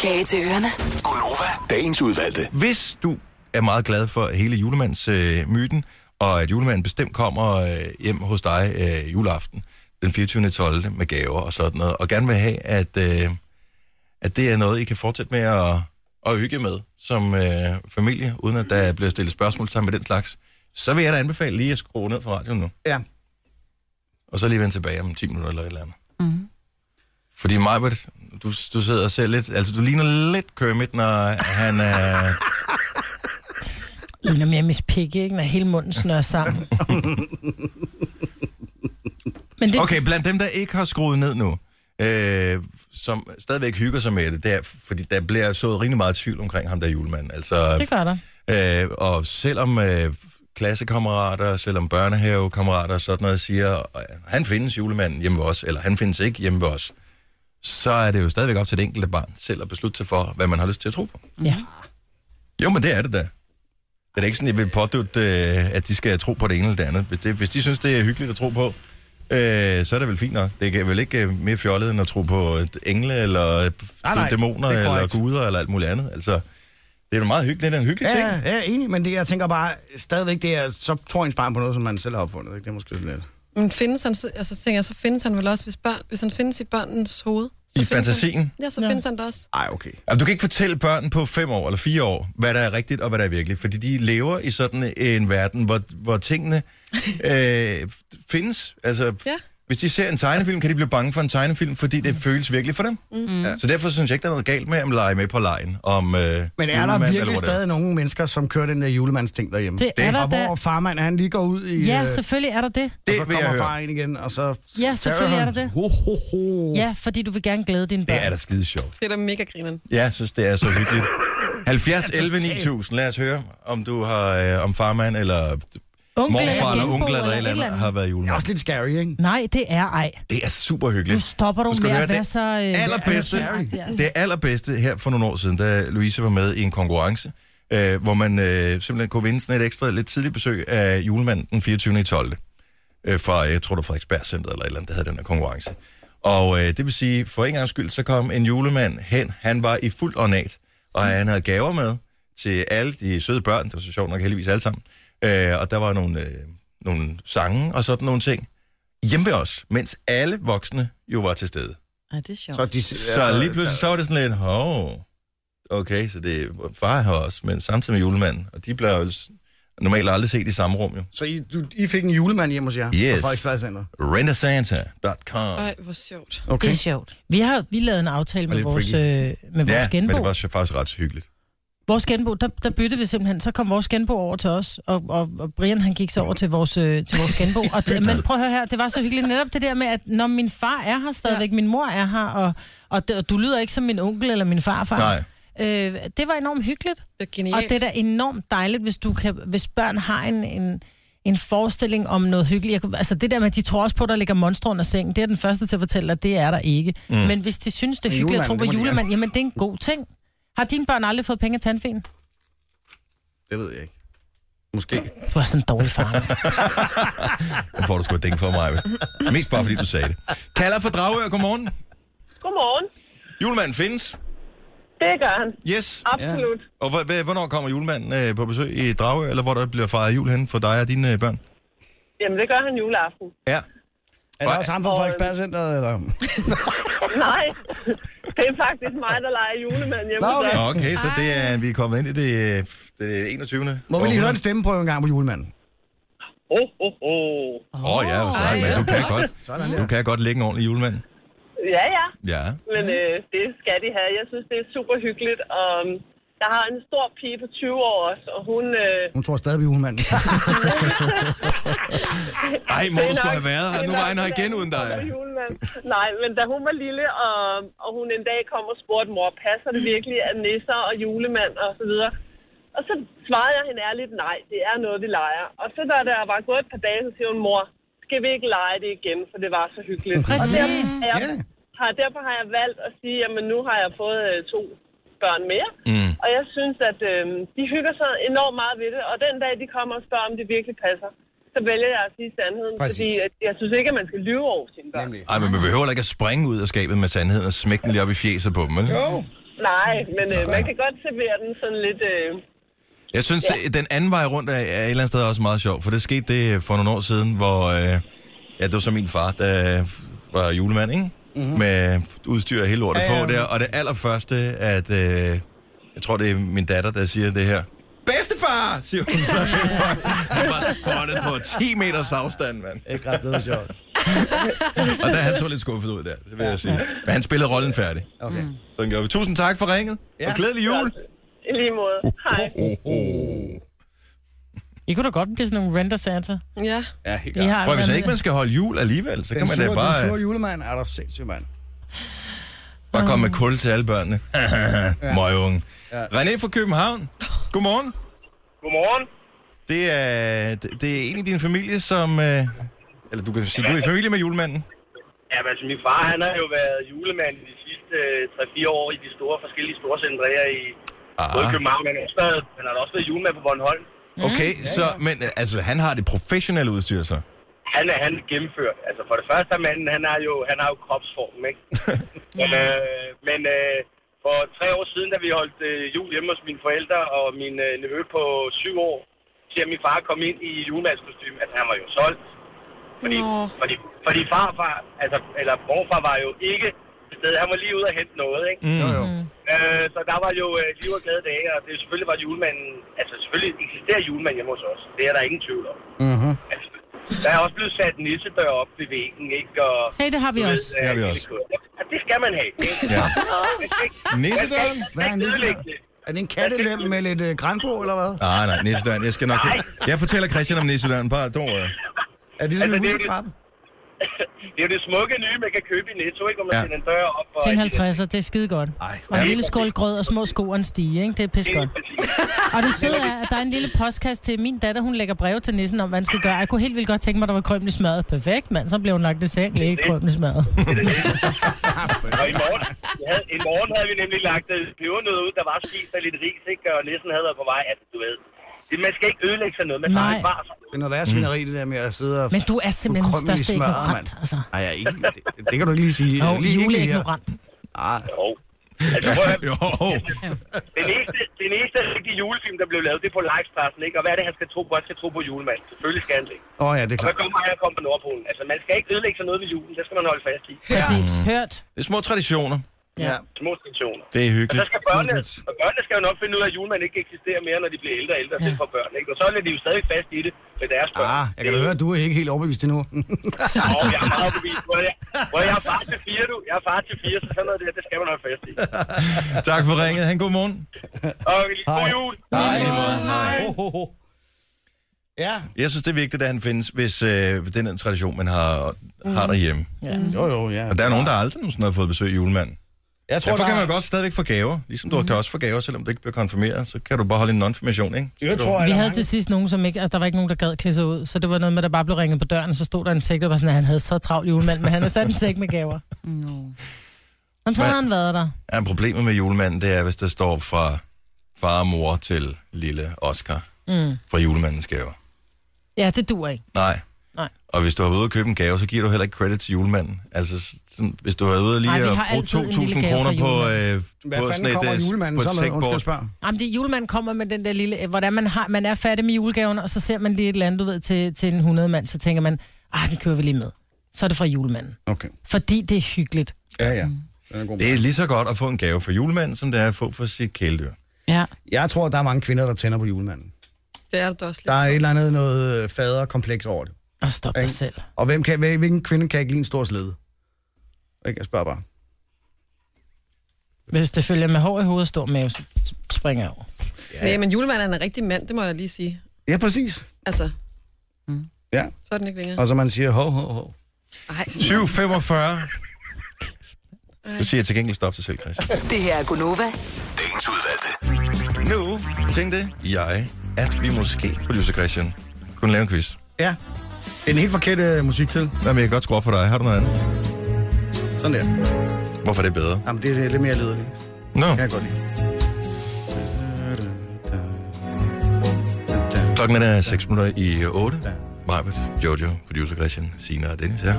S4: Kage til ørerne.
S8: Gunova, dagens udvalgte.
S1: Hvis du er meget glad for hele julemandsmyten, øh, myten, og at julemanden bestemt kommer øh, hjem hos dig øh, juleaften den 24. 12. med gaver og sådan noget, og gerne vil have, at, øh, at det er noget, I kan fortsætte med at, at hygge med som øh, familie, uden at der bliver stillet spørgsmål sammen med den slags, så vil jeg da anbefale lige at skrue ned for radioen nu.
S3: Ja.
S1: og så lige vende tilbage om 10 minutter eller et eller andet. Mm. Fordi Majbert, du, du sidder og ser lidt... Altså, du ligner lidt Kermit, når han er...
S5: Ligner mere Miss Piggy, ikke? Når hele munden snører
S3: [LAUGHS]
S5: sammen. Men det,
S1: Okay, blandt dem, der ikke har skruet ned nu, øh, som stadigvæk hygger sig med det, det er, fordi der bliver sået rimelig meget tvivl omkring ham, der er julemanden. Altså,
S5: det gør der.
S1: Øh, og selvom øh, klassekammerater, selvom børnehavekammerater og sådan noget siger, øh, han findes julemanden hjemme ved os, eller han findes ikke hjemme ved os, så er det jo stadigvæk op til det enkelte barn selv at beslutte sig for, hvad man har lyst til at tro på.
S5: Ja.
S1: Jo, men det er det da. Det er da ikke sådan, jeg vil pådøtte, øh, at de skal tro på det ene eller det andet. Hvis, det, hvis de synes, det er hyggeligt at tro på, øh, så er det vel fint nok. Det er vel ikke øh, mere fjollet end at tro på øh, engle eller øh,
S3: Nej, nej,
S1: dæmoner
S3: det er
S1: eller
S3: korrekt.
S1: guder eller alt muligt andet. Altså, det er jo meget hyggeligt. Det er en hyggelig ting.
S3: Ja, ja, enig, men det, jeg tænker bare, stadigvæk, det er, så tror ens barn på noget, som man selv har opfundet. Ikke? Det er måske sådan lidt.
S2: Men findes han, så- altså, så tænker jeg, så findes han vel også, hvis, børn, hvis han findes i børnenes hoved. Så
S1: I
S2: findes
S1: fantasien?
S2: Han, ja, så findes han det også.
S3: Ej, okay.
S1: Altså, du kan ikke fortælle børn på fem år eller fire år, hvad der er rigtigt og hvad der er virkeligt, fordi de lever i sådan en verden, hvor, hvor [LAUGHS] tingene øh, findes. Altså,
S2: Ja.
S1: hvis de ser en tegnefilm, kan de blive bange for en tegnefilm, fordi det føles virkelig for dem. Mm. Ja. Så derfor synes jeg ikke, der er noget galt med at lege med på lejen. Om, øh,
S3: Men er
S1: julemand
S3: der
S1: eller
S3: virkelig
S1: whatever.
S3: stadig nogle mennesker, som kører den der julemandsting derhjemme?
S5: Det er der
S3: og
S5: da.
S3: hvor farmand, han lige går ud i...
S5: Ja,
S3: øh,
S5: selvfølgelig er der det.
S3: og
S1: Det
S3: så
S1: vil jeg
S3: Altså,
S1: høre.
S3: kommer far ind igen, og så...
S5: Ja, selvfølgelig er der det.
S3: Ho, ho, ho.
S5: Ja, fordi du vil gerne glæde dine børn.
S1: Det er da skide sjovt.
S2: Det er da mega grineren.
S1: Jeg synes, det er så hyggeligt.
S3: [LAUGHS]
S1: 70
S3: Altså,
S1: 11 9000. Lad os høre, om du har øh, om farmand eller
S5: Onkel
S1: morfar eller
S5: genbo
S1: onkel eller et eller andet har været
S3: Det er
S1: julemand.
S3: også lidt scary, ikke?
S5: Nej, det er ej.
S1: Det er super hyggeligt.
S5: Nu stopper du
S1: Nu skal
S5: med
S1: du høre,
S5: at være
S1: det
S5: så... Øh,
S1: allerbedste,
S5: altså.
S1: det allerbedste her for nogle år siden, da Louise var med i en konkurrence, øh, hvor man øh, simpelthen kunne vinde sådan et ekstra lidt tidligt besøg af julemanden den 24. i 12. Øh, fra, jeg tror, det var Frederiksberg Center eller et eller andet, der havde den her konkurrence. Og øh, det vil sige, for en gang skyld, så kom en julemand hen. Han var i fuld ornat, og han havde gaver med til alle de søde børn. Det var så sjovt nok heldigvis alle sammen. Øh, og der var nogle, øh, nogle sange og sådan nogle ting hjemme ved os, mens alle voksne jo var til stede.
S6: Ej, det er sjovt.
S3: Så, de, altså-
S1: Så lige pludselig så var det sådan lidt, hov, okay, så det er far her også, men samtidig med julemanden. Og de bliver jo s- normalt aldrig set i samme rum, jo.
S3: Så I, du, I fik en julemand hjemme hos jer?
S1: Yes.
S3: Fra Frederiksberg Center.
S1: Rendersanta.com.
S2: Ej, hvor sjovt.
S6: Det
S3: Okay.
S6: er sjovt.
S5: Vi har vi lavede en aftale med
S3: lidt
S5: vores, øh,
S3: freaky.
S5: med vores
S1: Ja, men
S5: genbo.
S1: det var sj- faktisk ret hyggeligt.
S5: Vores genbo, der, der byttede vi simpelthen. Så kom vores genbo over til os, og, og, og Brian han gik så over til vores, øh, til vores genbo. Og det, men prøv at høre her, det var så hyggeligt netop det der med, at når min far er her stadigvæk, ja. min mor er her, og, og, det- og du lyder ikke som min onkel eller min farfar.
S1: Nej.
S5: Øh, det var enormt hyggeligt.
S2: Det er genialt.
S5: Og det er da enormt dejligt, hvis, du kan, hvis børn har en, en, en forestilling om noget hyggeligt. Jeg, kunne- altså det der med, at de tror også på, at der ligger monstre under sengen, det er den første til at fortælle, at det er der ikke. Mm. Men hvis de synes, det er
S3: Men
S5: hyggeligt at tro
S3: julemanden,
S5: på
S3: det må de
S5: julemanden, jamen det er en god ting. Har dine børn aldrig fået penge af tandfen?
S3: Det ved jeg ikke. Måske.
S5: Du er sådan en dårlig far.
S1: Den får du sgu et ding for mig. vel? Mest bare fordi du sagde det. Kalder for Dragør, godmorgen.
S9: Godmorgen.
S1: Julemanden findes.
S9: Det gør han.
S1: Yes.
S9: Absolut. Ja.
S1: Og hv- hv- hvornår kommer julemanden øh, på besøg i Dragør, eller hvor der bliver fejret jul hen for dig og dine øh, børn?
S9: Jamen, det gør han juleaften.
S1: Ja.
S3: Er det også ham fra Frederiksberg Center, eller?
S9: Nej, det er faktisk mig, der leger julemand hjemme.
S3: Nå,
S9: hos
S3: okay.
S9: os.
S1: Okay, så det er, vi er kommet ind i det, øh, f- det 21.
S3: Må vi lige høre
S1: århundrede.
S3: en stemmeprøve en gang på julemanden?
S9: Oh, oh, oh.
S1: Åh, oh, ja, for satan, men du kan godt,
S3: Sådan
S1: du kan godt lægge en ordentlig julemand.
S9: Ja, ja.
S1: Ja.
S9: Men øh, det skal de have. Jeg synes, det er super hyggeligt. Og, øhm, jeg har en stor pige på 20 år også, og hun... Øh,
S3: Hun tror stadig på [LAUGHS] julemanden.
S1: Ej, mor,
S9: det er
S1: du skulle
S9: nok-
S1: have været her.
S9: det er
S1: Nu
S9: nok
S1: var han her
S9: den
S1: igen
S9: anden
S1: uden dig.
S9: store julemand. Nej, men da hun var lille, og, og hun en dag kom og spurgte mor, passer det virkelig, at nisser og julemand og så videre? Og så svarede jeg hende ærligt, nej, det er noget, vi leger. Og så da der var gået et par dage, så siger hun, mor, skal vi ikke lege det igen, for det var så hyggeligt.
S6: Præcis.
S9: Og derfor, har jeg, har, derfor har jeg valgt at sige, at nu har jeg fået øh, to børn mere,
S10: Mm.
S9: og jeg synes, at øh, de hygger sig enormt meget ved det, og den dag, de kommer og spørger, om det virkelig passer, så vælger jeg at sige sandheden,
S1: Præcis.
S9: Præcis. fordi at jeg synes ikke, at man skal lyve over sine børn. Nemlig.
S1: Ej, men man behøver heller ikke at springe ud af skabet med sandheden og smække den lige op i fjeset på dem, vel?
S9: Nej, men øh, man kan godt servere den sådan lidt... Øh,
S1: Jeg synes, ja. den anden vej rundt er, er et eller andet sted også meget sjov, for det skete det øh, for nogle år siden, hvor... Øh, ja, det var så min far, der var julemand, ikke?
S9: Mhm.
S1: Mm-hmm. Med udstyr og hele lortet
S11: Ja,
S1: ja,
S11: ja.
S1: ja. på der. Og det allerførste, at... Øh, jeg tror, det er min datter, der siger det her. Bedstefar, siger hun så. [LAUGHS] Han var spottet på 10 meters afstand, mand.
S3: Ikke ret, det var sjovt.
S1: Og der han så lidt skuffet ud der, det vil jeg sige. Men han spillede rollen færdig.
S3: Okay.
S6: Mm.
S1: Sådan gjorde vi. Tusind tak for ringet, ja. og glædelig jul.
S9: I lige måde. Hej.
S6: I kunne da godt blive sådan nogle renter Santa.
S2: Ja.
S3: Ja, helt
S6: I har
S1: Prøv, hvis
S6: allerede-
S1: ikke man skal holde jul alligevel, så kan man da
S3: Den
S1: bare,
S3: sure julemand er der sindssygt, mand.
S1: bare komme med kul til alle børnene. Møgunge.
S3: Ja.
S1: René fra København, godmorgen.
S12: Godmorgen.
S1: Det er, det det er en i din familie, som... øh, Eller du kan sige, du er i familie med julemanden.
S12: Ja, men altså, min far, han har jo været julemand de sidste øh, 3-4 år i de store forskellige storcentre her i
S1: Ah.
S12: både København, men også, været- han har da også været julemand på Bornholm.
S1: Okay, så, men øh, altså, han har det professionelle udstyr, så.
S12: Han er han er gennemført. Altså, for det første er manden, han har jo, han har jo kropsform, ikke? men øh, men øh, for tre år siden, da vi holdt øh, jul hjemme hos mine forældre og min øh, nevø på syv år, ser min far komme ind i julemandskostyme. Altså, han var jo solgt. Fordi, fordi, fordi farfar, altså, eller morfar var jo ikke til stede. Han var lige ude og hente noget, ikke?
S1: Mm. Jo,
S12: jo. Øh, så der var jo øh, liv og glade dage, og det er selvfølgelig var julemanden... Altså, selvfølgelig eksisterer julemanden hjemme hos os. Det er der ingen tvivl om. Altså,
S3: Mhm.
S12: Der er også blevet sat nissebør op ved væggen, ikke? Og,
S6: Hey, det har vi
S12: du
S6: også.
S12: øh,
S6: Det har vi
S12: hele
S6: også.
S12: kødet. Ja, det skal man have. ikke?
S1: Ja.
S12: Man skal ikke-
S1: Nissedøren?
S12: man skal
S3: Hvad er en
S12: ikke ødelægge
S3: nissedør?
S12: det.
S3: Er det en kattelem med lidt øh, græn på, eller hvad?
S1: Ah, Nej, nej, nissedøren. Jeg skal nok... Jeg fortæller Christian om nissedøren. Bare, don't worry.
S3: Er det ligesom
S12: Altså,
S3: en
S12: det er jo-
S3: husetrappe?
S12: [LAUGHS] Det er jo det smukke nye, man kan købe i Netto, ikke? Hvor man
S1: Ja.
S12: ja. sætter en dør op. og-
S6: Til en 50'er, det er skide godt. Og en lille skål grød og små sko og en stige, ikke? Det er pis godt. Og det søde er, at der er en lille postkasse til min datter, hun lægger breve til nissen om, hvad han skulle gøre. Jeg kunne helt vildt godt tænke mig, at der var krømmel i smøret. Perfekt, mand. Så blev hun lagt i seng, ikke krømmel i smøret.
S12: Og i morgen, vi havde, i morgen havde vi nemlig lagt øh, pebernød ud, der var spist af lidt ris, ikke? Og næsten havde været på vej. Altså, du ved. Det, man skal ikke ødelægge sig noget. Man skal
S3: Nej.
S12: være var.
S3: Det er noget værre svineri, det der med at sidde og...
S6: Men du er simpelthen den
S3: krømmel i
S6: største
S3: smøret,
S6: ignorant,
S3: mand.
S6: altså.
S3: Nej, jeg er ikke... Det, det kan du ikke lige sige.
S6: Jo,
S3: lige
S6: juleignorant.
S3: Ah.
S12: Jo. Altså, prøv at,
S1: [LAUGHS] jo.
S12: Den eneste, den eneste rigtige julefilm, der blev lavet, det er på Leifstrassen, ikke? Og hvad er det, han skal tro på? Han skal tro på julemand. Selvfølgelig skal han det.
S3: Åh oh, ja, det er
S12: Og
S3: klart.
S12: så kommer han og kommer på Nordpolen. Altså, man skal ikke ødelægge sig noget ved julen. Det skal man holde fast i.
S6: Præcis. Hørt.
S1: Det er små traditioner.
S3: Ja.
S12: Små stationer.
S1: Det er
S12: Og så
S1: hyggeligt.
S12: skal børnene, og børnene skal jo nok finde ud af, at julemanden ikke eksisterer mere, når de bliver ældre og ældre, selv for børn. Ikke? Og så er de jo stadig fast i det med deres børn.
S3: Ah, jeg kan da høre, at du er ikke helt overbevist endnu.
S12: Og jeg er meget overbevist. Hvor jeg, hvor jeg er far til fire, du. Jeg er far til fire, så sådan noget der, det skal man holde fast i.
S1: Tak for ringet. Han, god morgen.
S12: Og god jul.
S3: Hej.
S1: Hej.
S3: Ho, ho, ho. Ja.
S1: Jeg synes, det er vigtigt, at han findes, hvis øh, den er en tradition, man har, har derhjemme.
S6: Ja.
S3: Jo, jo, ja.
S1: Og der er nogen, der aldrig nogensinde har fået besøg af julemanden.
S3: Jeg tror,
S1: Derfor
S3: der
S1: kan
S3: er-
S1: man godt stadigvæk få gaver. Ligesom du mm. kan også få gaver, selvom du ikke bliver konfirmeret, så kan du bare holde en non-formation, ikke?
S3: Jeg tror,
S6: Vi havde til sidst nogen, som ikke, altså, der var ikke nogen, der gad klæde sig ud, så det var noget med, at der bare blev ringet på døren, og så stod der en sæk, der var sådan, at han havde så travlt julemand, men han havde sat en sæk med gaver. No. Jamen, så
S1: Men-
S6: har han været der.
S1: Ja, problemet med julemanden, det er, hvis der står fra far og mor til lille Oscar
S6: Mm.
S1: fra julemandens gaver.
S6: Ja, det duer ikke.
S1: Nej.
S6: Nej.
S1: Og hvis du har været ude og købe en gave, så giver du heller ikke credit til julemanden. Altså, sådan, hvis du har været ude lige
S6: Nej, vi
S1: at
S6: har
S1: bruge
S6: altid en lille
S1: 2.000
S6: gave fra
S1: kroner på,
S6: julemanden.
S1: øh,
S3: Hvad
S1: på
S3: fanden
S1: sådan et,
S3: kommer
S1: øh,
S3: julemanden
S1: på et
S3: så med? Undskyld,
S1: sækbord.
S3: spørg.
S6: Jamen, det er julemanden kommer med den der lille, øh, hvordan man, har, man er færdig med julegaven, og så ser man lige et eller andet, du ved, til, til en 100 mand, så tænker man, ah, den kører vi lige med. Så er det fra julemanden.
S3: Okay.
S6: Fordi det er hyggeligt.
S3: Ja, ja. Den er god.
S1: Det er lige så godt at få en gave fra julemanden, som det er at få fra sit kæledyr.
S6: Ja.
S3: Jeg tror, der er mange kvinder, der tænder på julemanden.
S2: Det er det da også lidt.
S3: Der er et eller andet noget øh, faderkompleks over det.
S6: Og stop dig
S3: Ikke?
S6: selv.
S3: Og hvem kan, hvil- hvilken kvinde kan ikke lide en stor slede? Ikke? Jeg spørger bare.
S6: Hvis det følger med hår i hovedet og stor mave, så springer jeg over.
S2: Nej, men julemanden er en rigtig mand, det må jeg da lige sige.
S3: Ja, præcis.
S2: Altså,
S3: Ja.
S2: så er den ikke længere.
S3: Og så man siger, ho, ho, ho.
S2: Ej, sådan.
S1: 7.45. Du siger til gengæld stop til selv, Christian.
S13: Det her er Gunova.
S14: Dagens udvalgte.
S1: Nu tænkte jeg, at vi måske, producer Christian, kunne lave en quiz.
S3: Ja. Det er en helt forkert øh, musik til.
S1: Jamen, jeg kan godt skrue op for dig. Har du noget andet?
S3: Sådan der.
S1: Hvorfor er det bedre?
S3: Jamen, det er lidt mere ledeligt.
S1: Nå.
S3: Kan jeg godt lide.
S1: Klokken er 6 minutter i 8. Majbet, Jojo, producer Christian, Sina og Dennis her.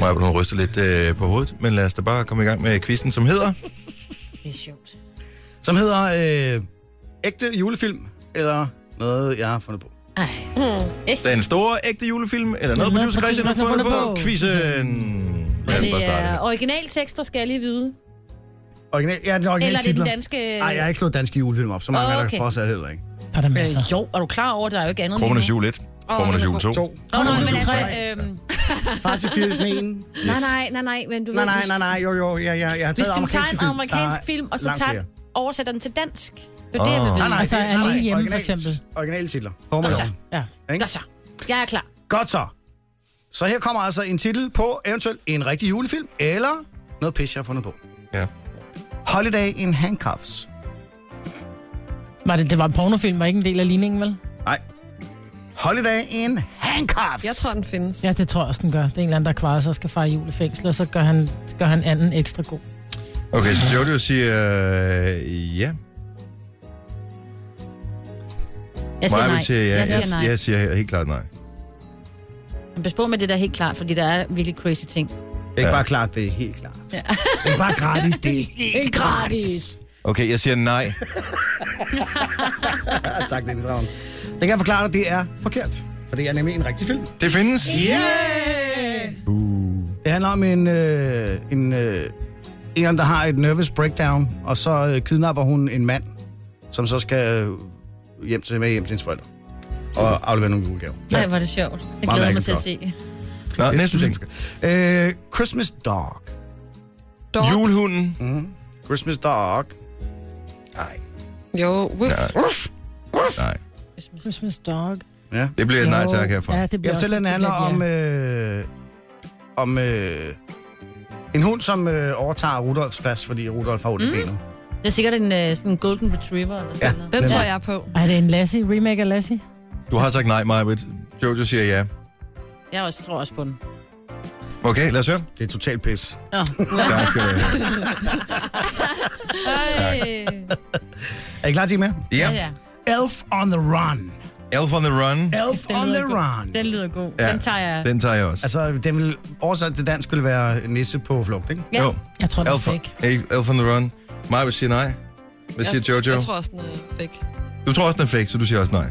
S1: Majbet, hun ryster lidt øh, på hovedet, men lad os da bare komme i gang med quizzen, som hedder...
S6: Det er sjovt.
S3: Som hedder øh, ægte julefilm, eller noget, jeg har fundet på.
S6: Ej. Yes.
S1: Den store ægte julefilm, eller noget, producer Christian har fundet på. Quizzen! Lad os bare
S6: Det
S1: starte.
S6: er originaltekster, skal jeg lige vide.
S3: Original, ja, den originale
S6: Eller er det den
S3: titler.
S6: danske-
S3: Nej, jeg har ikke slået danske julefilm op. Så mange okay. er der
S6: Okay.
S3: trods alt heller ikke.
S5: Der er der
S6: Øh,
S5: masser.
S6: jo, er du klar over, at der er jo ikke andet
S1: Krummernes
S6: lige nu?
S1: jul 1, Krummernes jul 2.
S6: Nå, nej, men altså,
S3: Tre.
S6: øhm,
S3: Far til 4 i
S6: [LAUGHS]
S3: sneen.
S6: nej, nej, nej, nej, men du
S3: Nej,
S6: ved,
S3: nej,
S6: hvis-
S3: nej, nej, jo, jo, ja, ja, jeg har
S6: Hvis
S3: taget
S6: du tager
S3: amerikanske
S6: en
S3: film.
S6: amerikansk
S3: Der er
S6: film, og så
S3: langt
S6: tager,
S3: flere.
S6: oversætter den til dansk, det er det, jeg
S1: Åh.
S6: vil
S3: Nej,
S6: vide.
S3: nej,
S5: Altså,
S3: det- nej,
S5: alene
S3: nej,
S5: hjemme, for
S3: originals-
S5: eksempel.
S3: Originale titler. Home
S6: Godt så.
S3: Alone.
S5: Ja.
S3: Ikke?
S6: Godt så. Jeg er klar.
S3: Godt så. Så her kommer altså en titel på eventuelt en rigtig julefilm, eller noget pis, jeg har fundet på.
S1: Ja.
S3: Holiday in Handcuffs.
S5: Var det, det var en pornofilm, var ikke en del af ligningen, vel?
S3: Nej. Holiday in Handcuffs.
S2: Jeg tror, den findes.
S5: Ja, det tror jeg også, den gør. Det er en eller anden, der kvarer sig og skal fare i jul i fængsel, og så gør han, gør han anden ekstra god.
S1: Okay, så Jojo siger øh, ja.
S6: Jeg siger nej.
S1: Majbet siger ja.
S6: Jeg siger nej.
S1: Jeg siger helt klart nej.
S6: Men pas på med det der helt klart, fordi der er virkelig crazy ting.
S3: Det er ikke bare klart, det er helt klart. Ja. Det er ikke bare gratis, det er [LAUGHS] helt gratis.
S1: Okay, jeg siger nej.
S3: Ja, tak, Dennis Ravn. Det kan jeg forklare dig, det er forkert. For det er nemlig en rigtig film.
S1: Det findes.
S3: Det handler om en, øh, en, øh, en, anden, der har et nervous breakdown, og så øh, kidnapper hun en mand, som så skal øh, hjem til, med hjem til hendes forældre og aflevere nogle julegaver.
S6: Nej, hvor er det sjovt. Jeg
S3: Meget
S6: glæder mig
S3: mærkeligt
S6: til at se.
S1: Nå,
S3: Det
S1: næste
S3: synes jeg
S1: film.
S3: ikke, du skal. Øh, Christmas Dog.
S2: Dog.
S1: Julehunden.
S3: Christmas Dog.
S1: Nej.
S2: Jo, wuff.
S1: Nej.
S5: Christmas dog.
S3: Ja.
S1: Det bliver et nej
S5: Jo.
S1: tak herfra.
S5: Ja, det bliver
S3: Jeg fortæller, den
S5: også,
S3: handler
S5: det
S3: om,
S5: bliver et
S3: øh, om øh, en hund, som øh, overtager Rudolfs plads, fordi Rudolf har ondt i benet.
S6: Det er sikkert en øh, sådan en golden retriever eller sådan noget.
S2: Den tror jeg er på.
S5: ja.
S3: øh,
S5: Ej, det er en Lassie, remake af Lassie.
S1: Du har sagt nej, Majbet. Jojo siger ja.
S6: Jeg også tror også på den.
S1: Okay, lad os høre.
S3: Det er totalt pis.
S1: Tak skal du have.
S6: Ej.
S3: Er I klar til med?
S1: Ja.
S6: Ja, ja.
S3: Elf on the Run.
S1: Elf on the Run.
S3: [LAUGHS] Elf
S6: Den
S3: on
S6: lyder
S3: the
S6: god.
S3: Run.
S6: Den lyder god.
S1: Ja,
S6: Den tager jeg.
S1: Den tager jeg også.
S3: Altså, den vil oversat til dansk skulle være nisse på flugt, ikke?
S6: Ja.
S1: Jo.
S5: Jeg tror, den
S1: Elf,
S5: fik.
S1: Elf on the Run. Maja vil sige nej. Hvad siger Jojo?
S2: Jeg tror også, den er fake.
S1: Du tror også, den er fake, så du siger også nej.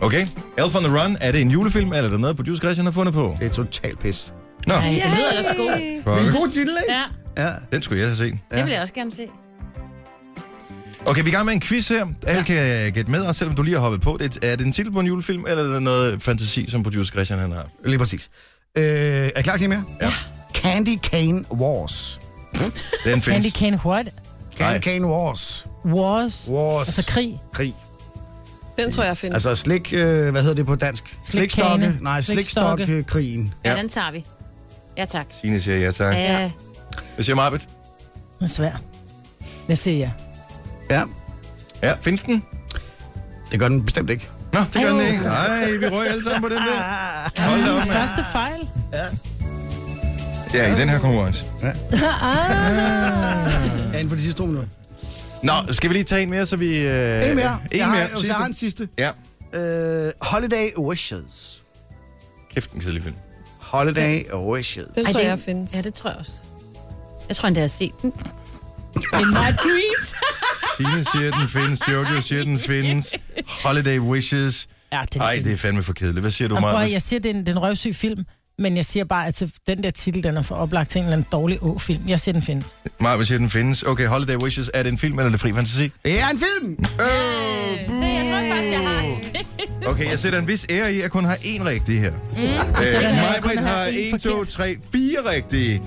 S1: Okay. Elf on the Run. Er det en julefilm, eller er det noget, producer Christian har fundet på?
S3: Det er totalt pis.
S1: Nå,
S6: Ej, det lyder ellers god.
S1: fuck.
S3: god titel, ikke?
S6: Ja,
S3: Ja.
S1: den skulle jeg have set.
S6: det vil jeg også gerne se.
S1: Okay, vi er i gang med en quiz her. Alle kan øh, gætte med, og selvom du lige har hoppet på. Det, er det en titel på en julefilm, eller er det noget fantasi, som producer Christian han har?
S3: Lige præcis. Øh, er I klar til mere? Ja. Candy Cane Wars.
S1: Den
S5: Candy
S1: findes.
S5: Cane What?
S3: Candy
S1: Nej.
S3: Cane Wars.
S5: Wars.
S3: Wars.
S5: Altså krig.
S3: Krig.
S2: Den tror jeg findes.
S3: Altså slik, øh, hvad hedder det på dansk?
S5: Slikkane.
S3: Nej,
S5: Slikstokke.
S3: slikstokke-krigen.
S6: Ja,
S1: Ja.
S6: den tager vi. Ja, tak.
S1: Signe siger ja, tak.
S6: Ja.
S1: Hvad siger Marbet?
S5: Det er svært. Jeg siger ja.
S3: Ja,
S1: Ja, findes den?
S3: det gør den bestemt ikke.
S1: Nå, det gør den
S5: Ej,
S1: ikke. Nej, vi røg alle sammen på den
S5: [LAUGHS]
S1: der.
S5: Hold da Ah, Første fejl.
S1: Ja, i den her konkurrence.
S3: Ja, inden for de sidste to minutter.
S1: Nå, skal vi lige tage en mere, så vi... Øh,
S3: En mere.
S1: En
S3: jeg
S1: mere.
S3: Har, jeg,
S1: Sidste.
S3: har en sidste.
S1: Ja,
S3: Øh, Holiday Wishes.
S1: kæft en kedelig film.
S3: Holiday Wishes.
S2: Den
S6: Ej,
S2: tror
S6: det-
S2: jeg findes.
S6: Ja, det tror jeg også. Jeg tror endda, jeg har set den. In my dreams.
S1: Signe siger, den findes. Jojo siger, den findes. Holiday Wishes.
S5: Ja, det
S1: Nej, det er fandme for kedeligt. Hvad siger du,
S5: Jamen,
S1: Marbet?
S5: prøv, jeg siger, det er en, det er en røvsyg film, men jeg siger bare, at til- den der titel, den er for oplagt til en eller anden dårlig å-film. Jeg siger, den findes.
S1: Marbet siger, den findes. Okay, Holiday Wishes. Er det en film, eller er det fri fantasi?
S3: Det er en film!
S1: Øh,
S6: Se, jeg tror faktisk, jeg har [LAUGHS]
S1: Okay, jeg sætter en vis ære i, at jeg kun har én rigtig her. Mm, øh,
S5: jeg kun
S1: Majbrit
S5: har
S1: har
S5: én
S1: 1, 2, 3, 4 rigtige.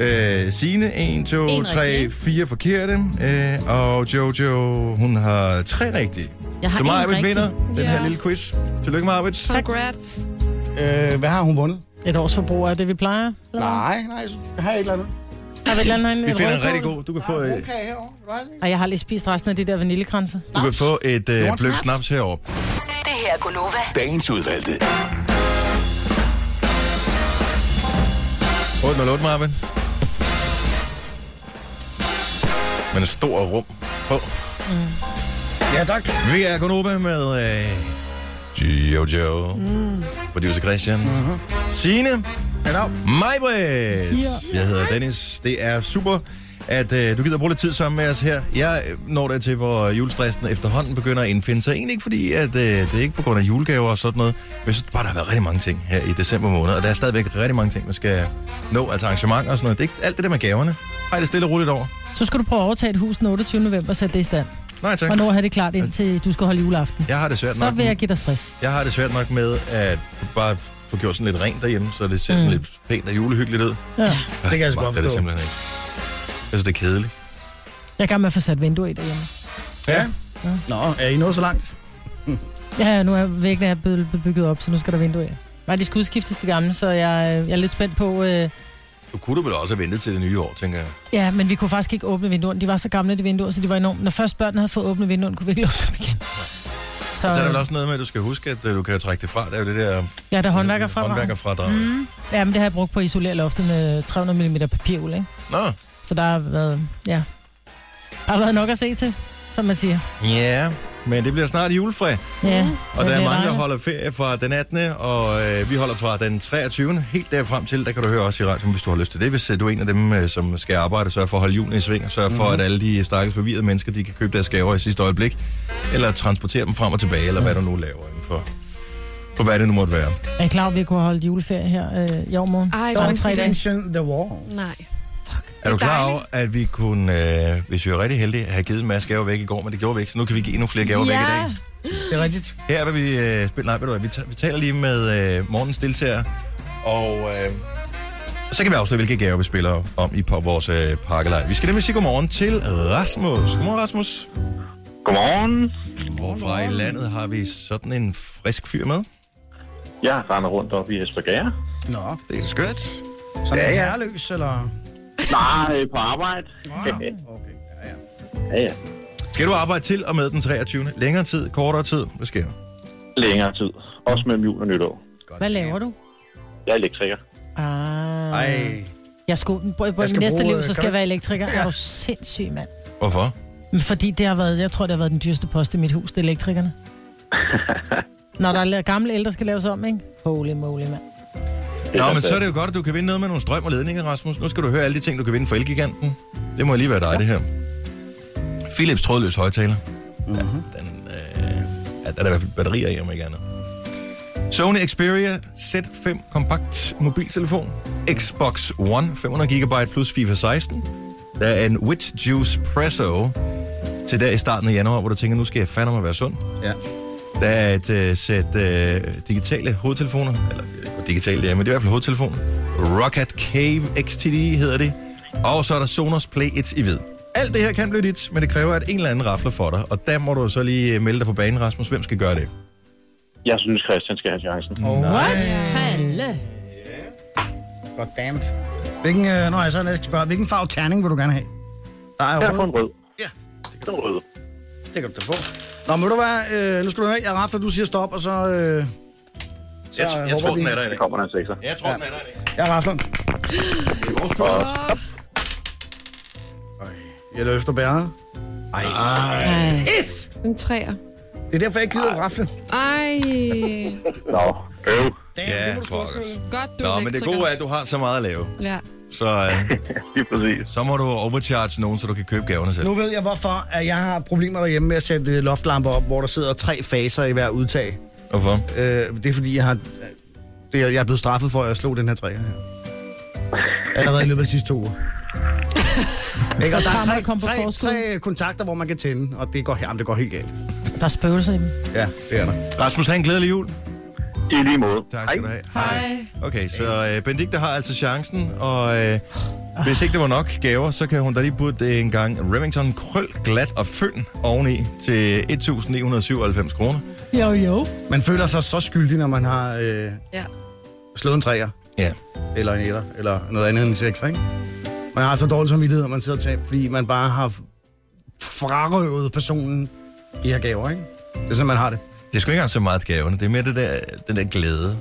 S1: Øh, Signe, 1, 2,
S6: En
S1: 3,
S6: rigtig.
S1: 4 forkerte. Øh, og Jojo, hun har tre rigtige.
S6: Jeg har
S1: Så
S6: én
S1: Majbrit
S6: rigtig.
S1: vinder den her
S2: Ja.
S1: lille quiz. Tillykke, Majbrit.
S2: Congrats.
S3: Øh, hvad har hun vundet?
S5: Et års forbrug er det, vi plejer.
S3: Nej, nej, jeg synes, jeg har et eller andet.
S5: Har vi et eller andet herinde?
S1: Vi
S5: Et
S1: finder en
S5: rødkål?
S1: rigtig god. Du kan få, øh,
S3: Okay, herovre. Vil du have sådan en?
S5: Ej, jeg har lige spist resten af de der vaniljekranse.
S1: du kan få et øh,
S3: Jordens
S1: blødt
S3: snaps.
S1: snaps herovre.
S15: Det her er Gunova.
S16: Dagens udvalgte.
S1: 808, Marvin. Men en stor rum på.
S3: Ja, tak.
S1: Vi er Konoba med øh, Jojo, mm. producer Christian, mm-hmm. Signe,
S3: Hello.
S1: Majbrit. Jeg hedder Dennis. Det er super, at øh, du gider bruge lidt tid sammen med os her. Jeg øh, når der til, hvor julestressen efterhånden begynder at indfinde sig. Egentlig ikke fordi, at øh, det er ikke på grund af julegaver og sådan noget. Men jeg synes bare, der har været rigtig mange ting her i december måned. Og der er stadigvæk rigtig mange ting, man skal nå. Altså arrangementer og sådan noget. Det er ikke alt det der med gaverne. Ej, det er stille og roligt over.
S5: Så skal du prøve at overtage et hus den 28. november og sætte det i stand.
S1: Nej, tak.
S5: Og nå at have det klart, indtil du skal holde juleaften.
S1: Jeg har det svært
S5: Så
S1: nok
S5: vil jeg
S1: med-
S5: give dig stress.
S1: Jeg har det svært nok med at bare få gjort sådan lidt rent derhjemme, så det ser sådan
S5: Mm.
S1: lidt pænt og julehyggeligt ud.
S5: Ja.
S1: Det kan
S3: jeg sgu godt
S1: Det er det
S3: forstå.
S1: simpelthen ikke. Jeg synes, det er kedeligt.
S5: Jeg er i gang med at få sat vinduer i derhjemme.
S3: Ja. Nå, er I nået så langt?
S5: Ja, nu er væggene er blevet blevet bygget op, så nu skal der vinduer i. Nej, de skal udskiftes til gamle, så jeg, øh, jeg er lidt spændt på... Øh,
S1: Du kunne du vel også have ventet til det nye år, tænker jeg.
S5: ja, men vi kunne faktisk ikke åbne vinduerne. De var så gamle, de vinduer, så de var enormt. Når først børnene havde fået åbnet vinduerne, kunne vi ikke lukke dem igen.
S1: Så, så er der
S5: øh,
S1: vel også noget med, at du skal huske, at øh, du kan trække det fra. Der er jo det der øh,
S5: Ja, der er håndværker fra
S1: håndværkerfradrag. Mm.
S5: Mm. Ja, men det har jeg brugt på at isolere loftet med 300 mm papirul, ikke?
S1: Nå,
S5: Så der har været, ja, der har været nok at se til, som man siger.
S1: ja. Men det bliver snart julefri.
S5: Ja,
S1: Og der
S5: det
S1: er mange, der
S5: dejligt.
S1: holder ferie fra den 18. Og øh, vi holder fra den 23. Helt derfrem til, der kan du høre os i radioen, hvis du har lyst til det. Hvis øh, du er en af dem, øh, som skal arbejde og sørge for at holde julen i sving, og sørge for,
S17: Mhm.
S1: at alle de stakkels forvirrede mennesker, de kan købe deres gaver i sidste øjeblik, eller transportere dem frem og tilbage, eller hvad du nu laver inden for, for hvad det nu måtte være.
S5: Er I klar, over, at vi kunne holde juleferie her øh, i år morgen?
S2: Ej,
S5: Om
S2: hvor
S5: tre dage.
S3: Mention the wall.
S2: Nej.
S1: Er du klar over, at vi kunne, øh, hvis vi var rigtig heldige, have givet en masse gaver væk i går, men det gjorde vi ikke, så nu kan vi give endnu flere gaver væk i dag.
S3: Det er rigtigt.
S1: Her vil vi øh, spille... Nej, ved du hvad, vi, ta- vi taler lige med øh, morgens deltager, og øh, så kan vi afsløre, hvilke gaver vi spiller om i på vores øh, pakkelej. Vi skal nemlig sige godmorgen til Rasmus. Godmorgen, Rasmus.
S12: Godmorgen.
S1: Hvorfra i landet har vi sådan en frisk fyr med?
S12: Jeg render rundt op i Esbjerg.
S3: Nå,
S1: Det er skønt.
S3: sådan
S12: Ja,
S3: ja,
S12: ja.
S3: ja. herreløs, eller?
S12: Nej, øh, på arbejde.
S3: Wow.
S12: ja, ja.
S1: Skal du arbejde til og med den 23. Længere tid, kortere tid? Hvad sker der?
S12: Længere tid. Også mellem jul og nytår.
S5: Hvad laver du?
S12: Jeg er elektriker.
S5: Ah,
S3: Ej.
S5: Jeg skulle, på, på
S3: Jeg
S5: jeg
S3: skal
S5: skal næste
S3: bruge,
S5: liv,
S3: øh,
S5: så skal
S3: kan
S5: jeg
S3: du-
S5: være elektriker. Ja. Er du sindssyg, mand?
S1: Hvorfor?
S5: Men Fordi det har været, jeg tror, det har været den dyreste post i mit hus, det er
S1: [LAUGHS]
S5: elektrikerne. Når der er la- gamle ældre skal laves om, ikke? Holy moly, mand.
S1: Nå, men så er det jo godt, at du kan vinde noget med nogle strøm og ledninger, Rasmus. Nu skal du høre alle de ting, du kan vinde for Elgiganten. Det må lige være dig, det her. Philips trådløs højtaler.
S3: Mm-hmm.
S1: Ja, der er da i hvert fald batterier i, om ikke andet. Sony Xperia Z5 kompakt mobiltelefon. Xbox One 500 GB plus FIFA 16. Der er en Witch Juice Presso til der i starten af januar, hvor du tænker, nu skal jeg fandme være sund.
S3: Ja.
S1: Der er et øh, sæt øh, digitale hovedtelefoner, eller øh, digitale, ja, men det er i hvert fald hovedtelefoner. Rocket Cave XTD hedder det. Og så er der Sonos Play 1 i hvid. Alt det her kan blive dit, men det kræver, at en eller anden rafler for dig. Og der må du så lige øh, melde dig på banen, Rasmus. Hvem skal gøre det?
S12: Jeg synes, Christian skal have chancen.
S3: What?
S5: Falle.
S3: God damn it. Hvilken, øh, nå, jeg så næste spørge, hvilken farve terning vil du gerne have? Der er
S12: Jeg har
S3: rød.
S12: kun rød.
S3: Ja.
S12: Det er rød.
S3: Det kan du da få. Nå, men ved du hvad, øh, nu skal du høre, jeg rafler, du siger stop, og så... Øh,
S1: Jeg,
S3: håber
S1: jeg tror,
S3: vi-
S1: den er der i
S12: Det
S1: dag.
S12: kommer der en sekser.
S1: Jeg tror, den er der i dag.
S3: jeg rafler.
S1: Det er vores tur.
S3: Jeg løfter bæret. Ej.
S1: Ah,
S2: Ej.
S3: Is!
S2: En træer.
S3: Det er derfor, jeg ikke gider at rafle.
S2: Ej.
S12: Nå, øv.
S1: Ja, fuckers.
S2: Godt, du
S1: Nå, men det gode er, at du har så meget at lave.
S2: Ja.
S1: Så, øh,
S12: Lige præcis.
S1: så må du overcharge nogen, så du kan købe gaverne selv.
S3: Nu ved jeg, hvorfor at jeg har problemer derhjemme med at sætte øh, loftlamper op, hvor der sidder tre faser i hver udtag.
S1: Hvorfor?
S3: Øh, det er fordi, jeg har... Det er, jeg er blevet straffet for, at jeg slog den her træer her. Allerede i løbet af de
S5: [LAUGHS]
S3: sidste to uger. Ikke? Og der er
S5: Kameraet
S3: tre,
S5: kom på
S3: tre,
S5: forskud.
S3: tre øh, kontakter, hvor man kan tænde, og det går, jamen, det går helt galt.
S5: Der er spøgelser i dem.
S3: Ja, det er der.
S1: Rasmus, have en glædelig jul.
S12: I lige måde.
S1: Tak skal du have.
S2: Hej.
S1: Okay, så øh, Benedikte har altså chancen, og øh, hvis ikke det var nok gaver, så kan hun da lige putte øh, en gang Remington krøl, glat og fynd oveni til 1.997 kroner.
S5: Jo, jo.
S3: Man føler sig så skyldig, når man har øh,
S2: Ja.
S3: slået en træer,
S1: Ja.
S3: eller en etter, eller noget andet end en sekser, ikke? Man har så dårlig samvittighed, at man sidder og taber, fordi man bare har frarøvet personen de her gaver, ikke? Det er sådan, man har det.
S1: Det er sgu ikke engang så meget gaverne, det er mere det der, den der glæde.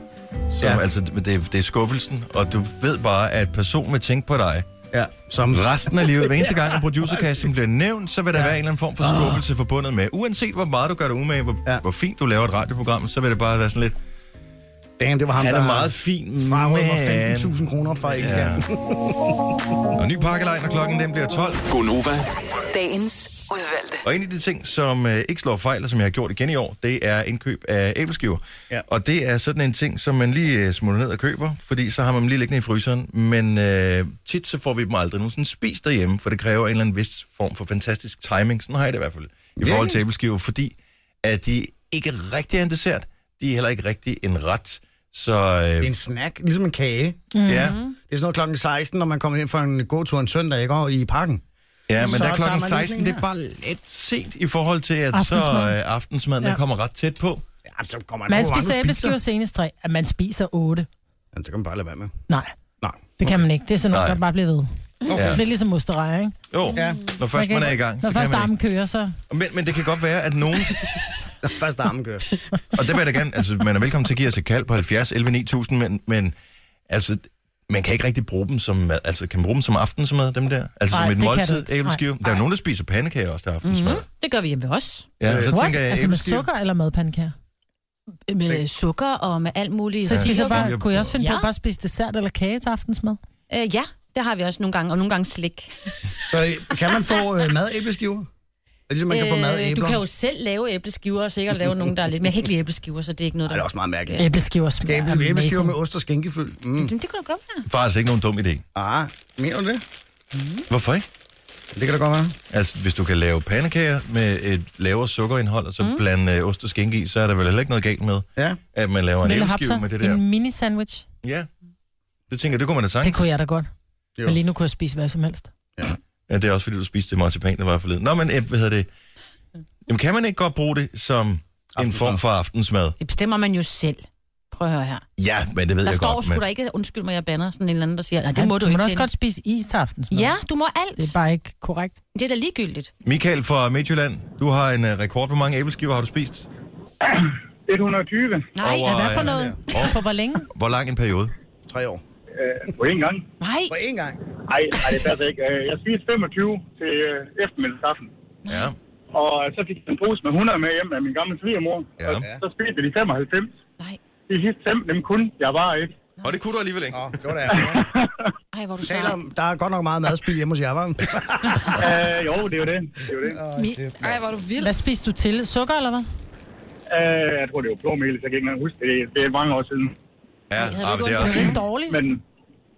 S1: Så, ja. altså, det, det er skuffelsen, og du ved bare, at personen vil tænke på dig.
S3: Ja, som
S1: resten af livet. Hver eneste gang, at [LAUGHS] producerkasten bliver nævnt, så vil der ja. være en eller anden form for skuffelse oh. forbundet med. Uanset hvor meget du gør dig umage, hvor, ja. hvor fint du laver et radioprogram, så vil det bare være sådan lidt...
S3: Damn, det var ham,
S1: han er
S3: der
S1: meget fin,
S3: frarøvede mig
S1: men-
S3: 15.000 kroner fra ikke ja.
S1: Og ny pakkelejn, og klokken den bliver 12. Godnova.
S4: Dagens udvalgte.
S1: Og en af de ting, som øh, ikke slår fejl, og som jeg har gjort igen i år, det er indkøb af æbleskiver. Ja. Og det er sådan en ting, som man lige øh, smutter ned og køber, fordi så har man dem lige liggende i fryseren. Men øh, tit så får vi dem aldrig nogensinde spist derhjemme, for det kræver en eller anden vis form for fantastisk timing. Sådan har jeg det i hvert fald i forhold til æbleskiver, fordi at de ikke rigtig er en dessert. De er heller ikke rigtig en ret. Så
S3: Det er
S1: øh,
S3: en snack, ligesom en kage.
S1: Mhm. Ja.
S3: Det er sådan noget klokken 16, når man kommer hjem fra en gåtur en søndag, ikke? Og i parken.
S1: ja,
S3: Så
S1: men der er
S3: tager
S1: klokken
S3: man lige
S1: 16,
S3: sådan
S1: det er
S3: her.
S1: bare lidt sent i forhold til, at så
S5: Aftensmaden.
S1: øh, aftensmaden ja.
S5: Ja.
S1: kommer ret tæt på.
S3: Ja, så kommer
S5: Man spiser æbleskiver senest tre. At man spiser otte.
S3: Jamen, så kan man bare lade være med.
S5: Nej,
S3: Nej.
S5: det kan man ikke. Det er sådan noget,
S1: Nej.
S5: der bare bliver ved.
S1: Okay.
S5: Det er ligesom mosterrejer, ikke?
S1: Jo, ja. når først man,
S5: kan
S1: er i
S5: ikke-
S1: gang,
S5: Når
S1: så kan
S5: først
S1: man
S5: armen kører, så...
S1: ikke. Men, men det kan godt være, at nogen...
S3: [LAUGHS] Først armen kører.
S1: Og det vil jeg da gerne... Altså, man er velkommen til at give os et kald på 70 11 9000, men, men altså, man kan ikke rigtig bruge dem som... mad. Altså, kan man bruge dem som aftensmad, dem der? Altså,
S6: Nej,
S1: som et
S6: det kan du
S1: måltid,
S6: ikke.
S1: æbleskive.
S6: Nej.
S1: Der er nogen, der spiser pandekager også til aftensmad.
S6: Mm-hmm. Det gør vi hjemme ved os.
S1: Ja, og så
S5: What?
S1: tænker jeg,
S5: altså med
S1: æbleskiver-
S5: sukker eller madpandekager?
S6: Med sukker og med alt muligt.
S5: Så
S6: Ja.
S5: spiser jeg bare, kunne jeg også finde ja.
S6: ja.
S5: på at bare spise dessert eller kage til aftensmad?
S6: Øh, ja, det har vi også nogle gange, og nogle gange slik.
S3: Så øh, kan man få øh, madæbleskiver? Er ligesom, man kan få
S6: Øh,
S3: madæbler?
S6: du kan jo selv lave æbleskiver, og sikkert lave nogle, der er lidt... Men jeg kan ikke lide æbleskiver, så det er ikke noget,
S3: Ej,
S6: der...
S3: det er også meget mærkeligt.
S5: Æbleskiver smager
S3: Æble- Æbleskiver
S5: amazing.
S3: med ost og skænkefyld. Mm.
S6: Jamen, det kunne du godt være.
S1: Faktisk ikke nogen dum idé.
S3: Ah, mener du det?
S1: Hvorfor ikke?
S3: Det kan da godt være.
S1: Altså, hvis du kan lave pandekager med et lavere sukkerindhold, og så mm. blande øh, ost og skænke i, så er der vel heller ikke noget galt med,
S3: ja.
S1: at man laver en
S5: Lille
S1: æbleskive
S5: hapser,
S1: med det der.
S5: En mini-sandwich.
S1: Ja. Det tænker jeg, det kunne man da sagtens.
S5: Det kunne jeg da godt.
S1: Jo.
S5: Men lige nu kunne jeg spise hvad som helst.
S1: Ja, det er også fordi, du spiste det marcipan, der var forleden. Nå, men øh, hvad hedder det? Jamen, kan man ikke godt bruge det som en form for aftensmad?
S6: Det bestemmer man jo selv. Prøv at høre her.
S1: Ja, men det ved
S6: der
S1: jeg
S6: står
S1: godt.
S6: sgu
S1: Men...
S6: da ikke, undskyld mig, jeg banner sådan en eller anden, der siger, nej,
S5: Ej,
S6: det må
S5: du
S6: du,
S5: må
S6: ikke.
S5: da også
S6: Dennis."
S5: godt spise is til aftensmad.
S6: Ja, du må alt.
S5: Det er bare ikke korrekt.
S6: Det er da ligegyldigt.
S1: Michael fra Midtjylland, du har en uh, rekord. Hvor mange æbleskiver har du spist?
S18: 120.
S6: Nej,
S1: Over,
S5: er hvad for
S1: øh,
S5: noget? På hvor længe?
S1: Hvor lang en periode?
S3: Tre år.
S18: Øh, på én gang.
S6: Nej.
S3: På én gang?
S18: Nej, det passer ikke. Øh, Jeg spiste 25 til øh, eftermiddagsaffen.
S1: Ja.
S18: Og øh, så fik jeg en pose med 100 med hjem af min gamle svigermor.
S1: Ja.
S18: Og så spiste de 95.
S6: Nej.
S18: De sidste fem, dem kun. Jeg var ikke.
S1: Og det kunne du alligevel ikke.
S3: Nå, det var da ærgerligt.
S6: Ej, hvor du
S3: Taler
S6: så...
S3: om, der er godt nok meget madspil hjemme hos jer, var?
S18: Øh, jo, det er jo det. det, er jo det.
S2: Ej, hvor er du vild.
S5: Hvad spiste du til? Sukker eller hvad?
S18: Øh, jeg tror, det var blåmel, så jeg kan ikke engang huske det. Det er mange år siden.
S1: Ja,
S5: Havde
S1: ah,
S5: du
S1: men det
S5: ikke
S1: er
S5: ondt?
S1: også...
S5: Det er dårligt.
S18: Men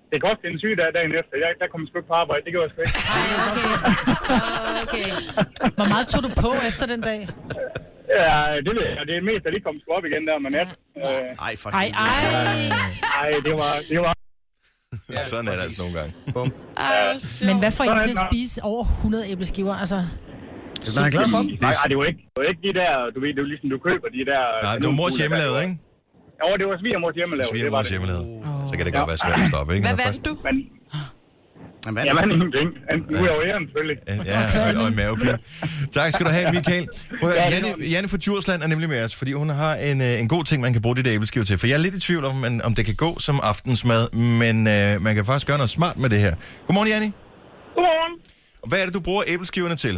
S18: det kan også blive en syg dag dagen efter. Jeg, der kom jeg sgu ikke på arbejde. Det gjorde jeg sgu ikke.
S5: [LAUGHS]
S6: Okay.
S5: Hvor meget tog du på efter den dag?
S18: Ja, det ved jeg. Det er mest, at de kom sgu op igen der med nat. Øh,
S3: Nej, for
S5: Ej,
S3: helvede.
S5: ej.
S18: ej, det var, det var
S1: Ja, sådan er det altså nogle gange.
S3: Bum.
S2: Ej, hvor sjovt.
S5: Men hvad får I
S18: Sådan,
S5: til at
S18: nå.
S5: spise over 100 æbleskiver? Altså,
S3: Man er glad for dem.
S18: Nej, ej, det var ikke, det var ikke de der, du ved, det var ligesom, du køber de der...
S1: Nej, det var mors hjemmelavede, ikke?
S18: Jo, det var svigermors hjemmelavede.
S1: Sviger
S18: det var
S1: mors
S18: det.
S1: hjemmelavede. Så kan det godt være svært at stoppe, ikke?
S2: Hvad
S1: Når først-
S2: vandt du?
S18: Men
S3: Jamen,
S18: jeg vandt ingenting. Han- Udover æren, selvfølgelig.
S1: Ja, og en mavepine. Tak skal du have, Michael. Prøv, at høre, Janne, Janne fra Djursland er nemlig med os, fordi hun har en, øh, en god ting, man kan bruge det der æbleskiver til. For jeg er lidt i tvivl om, man, om det kan gå som aftensmad, men øh, man kan faktisk gøre noget smart med det her. Godmorgen, Janne.
S9: Godmorgen.
S1: Hvad er det, du bruger æbleskiverne til?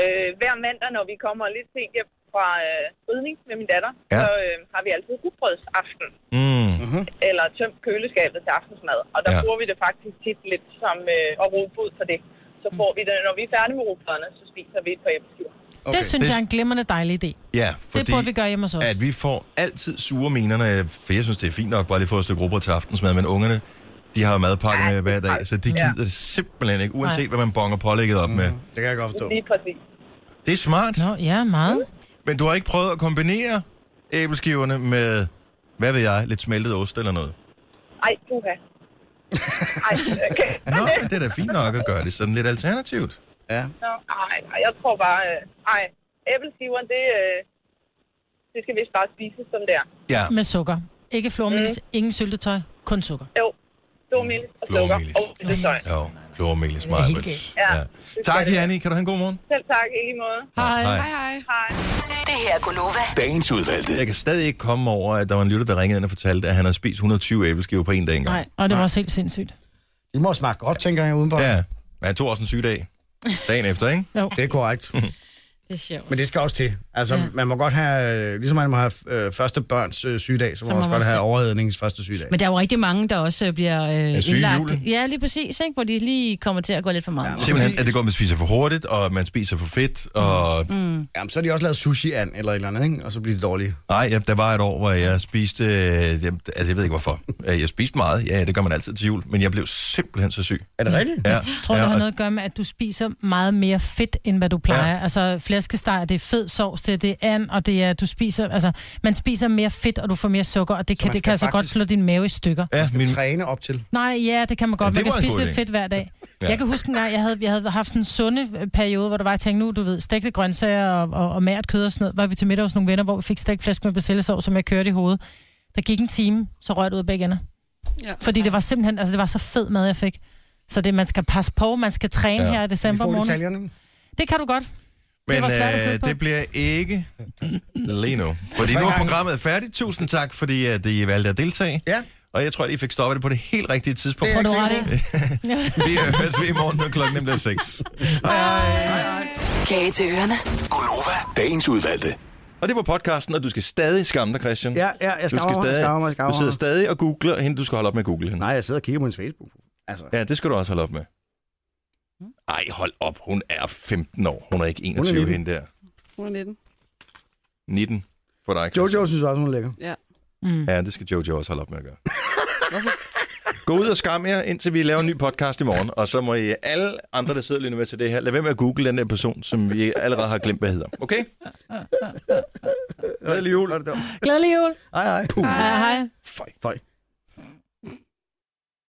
S9: Øh, hver mandag, når vi kommer lidt sent hjem fra øh, ridning med min datter,
S1: Ja.
S9: ja. så øh, har vi altid rugbrødsaften,
S1: Mm.
S9: eller tømt køleskabet til aftensmad. Og der
S1: Ja.
S9: ja. bruger vi det faktisk tit lidt som øh, at råbe ud for det. Så får vi det, når vi er færdige med rugbrødene, så spiser vi det på æbleskiver.
S5: okay. Det synes
S1: Det-
S5: jeg er en glimrende dejlig idé.
S1: Ja,
S5: Det
S1: fordi
S5: burde vi gøre hjemme hos os.
S1: at vi får altid sure minerne, for jeg synes, det er fint nok bare lige at få et stykke råbrød til aftensmad, men ungerne, de har jo madpakke med hver dag, så de gider det simpelthen ikke, uanset hvad man bonger pålægget op
S18: Mm.
S1: med.
S3: Det kan jeg godt forstå.
S9: Lige præcis.
S1: Det er smart.
S5: Nå, ja, meget.
S1: Men du har ikke prøvet at kombinere æbleskiverne med, hvad ved jeg, lidt smeltet ost eller noget?
S9: Ej, puha. Ej, okay.
S1: Nå, men det er da fint nok at gøre det sådan lidt alternativt.
S3: Ja.
S9: Nå, ej, ej, jeg tror bare... Øh, ej, æbleskiveren, det, øh, det skal vist bare spises som det er.
S1: Ja,
S5: Med sukker. Ikke flormelis, ingen syltetøj, kun sukker.
S9: Jo, stormelis og sukker
S1: Flormelis.
S9: og syltetøj.
S1: jo. klogere Mikkel
S9: Det er helt
S1: Smeichels.
S9: galt. Ja,
S1: Ja.
S9: det
S1: Tak,
S9: skal det.
S1: Janni. Kan du have en god morgen?
S9: Selv tak, i lige måde.
S1: Hej. Hej. Hej,
S9: hej.
S4: Det her er Gunova.
S1: Dagens udvalgte. Jeg kan stadig ikke komme over, at der var en lytter, der ringede ind og fortalte, at han havde spist 120 æbleskiver på en dag engang.
S5: Nej, og det var også helt sindssygt.
S3: Det må smage godt, tænker jeg, udenfor.
S1: Ja, men han tog også en sygedag. Dagen efter, ikke?
S5: Jo.
S3: Det er korrekt.
S1: Mhm.
S5: Det er sjovt.
S3: Men det skal også til. Altså, ja. man må godt have, øh, ligesom man må have øh, første børns øh, sygedag, så må man også godt have overredningens første sygedag.
S19: Men der er jo rigtig mange, der også øh, bliver
S3: Er
S19: øh,
S3: syge i
S19: indlagt.
S3: julen.
S19: Ja, lige præcis, ikke? hvor de lige kommer til at gå lidt for meget.
S1: Simpelthen, at det går, at man spiser for hurtigt, og man spiser for fedt, og...
S19: Mm.
S3: Jamen, så har de også lavet sushi an eller et eller andet, ikke? og så bliver det dårligt.
S1: Nej, ja, der var et år, hvor jeg spiste... Øh, jeg, altså, jeg ved ikke hvorfor. Øh, Jeg spiste meget. Ja, det gør man altid til jul. Men jeg blev simpelthen så syg.
S3: Er det rigtigt?
S1: Ja.
S5: Tror du,
S1: ja,
S5: det har
S1: og-
S5: noget at gøre med, at du spiser meget mere fedt, end hvad du plejer? Ja. Altså, flæskesteg, det er fed sovs, det er det er and, og det er, du spiser, altså, man spiser mere fedt, og du får mere sukker, og det
S3: Så
S5: kan,
S3: man
S5: det
S3: skal
S5: kan altså godt
S3: faktisk-
S5: slå din mave i stykker.
S3: Ja, man skal min... træne op til.
S5: Nej, ja, det kan man godt.
S3: Ja,
S5: Ja, man
S3: det
S5: kan
S3: var en god
S5: spise lidt
S3: idé.
S5: fedt hver dag.
S3: Ja.
S5: Ja. Jeg kan huske en gang, jeg havde, jeg havde haft sådan en sunde periode, hvor der var, jeg tænkte, nu, du ved, stegte grøntsager og, og, og mært kød og sådan noget. Var vi til middag hos nogle venner, hvor vi fik stegt flæsk med persillesov, som jeg kørte i hovedet. Der gik en time, så røg det ud af begge ender.
S2: Ja.
S5: Fordi det var simpelthen, altså det var så fed mad, jeg fik. Så det, man skal passe på, man skal træne
S1: Ja.
S5: ja. her i december
S3: Vi får
S5: morgen.
S3: detaljerne.
S5: Det kan du godt.
S1: Men
S5: det var svært at sidde
S1: øh,
S5: på.
S1: det bliver ikke lige nu. Fordi nu er programmet færdigt. Tusind tak, fordi at øh, I valgte at deltage.
S3: Ja.
S1: Og jeg tror, at I fik stoppet det på det helt rigtige tidspunkt.
S5: Det er jeg ikke Tror
S1: Vi høres ved i morgen, når klokken bliver 6.
S4: Kage til ørerne.
S20: Gunova, dagens udvalgte.
S1: Og det var podcasten, og du skal stadig skamme dig, Christian.
S3: Ja, ja, jeg
S1: Du
S3: skammer mig,
S1: stadig,
S3: skammer mig, skammer
S1: Du sidder
S3: mig.
S1: stadig og googler hende, du skal holde op med at google hende.
S3: Nej, jeg sidder og kigger på hendes Facebook. Altså,
S1: Ja, det skal du også holde op med. Ej, hold op. Hun er 15 år. Hun er ikke 21,
S3: Mm. Hun er
S1: hende der.
S2: 119.
S1: 19 for dig, Christian.
S3: Jojo synes også, hun er lækker.
S2: Ja.
S1: Ja, det skal Jojo også holde op
S3: [LAUGHS]
S1: med at gøre. Gå ud og skam jer, indtil vi laver en ny podcast i morgen, og så må I alle andre, der sidder lige nu med til det her, lad være med at google den der person, som vi allerede har glemt, hvad hedder.
S3: [LAUGHS]
S1: Okay? Glædelig jul.
S5: Glædelig jul.
S3: Hej, hej.
S5: Hej, hej.
S1: Føj.
S3: Føj.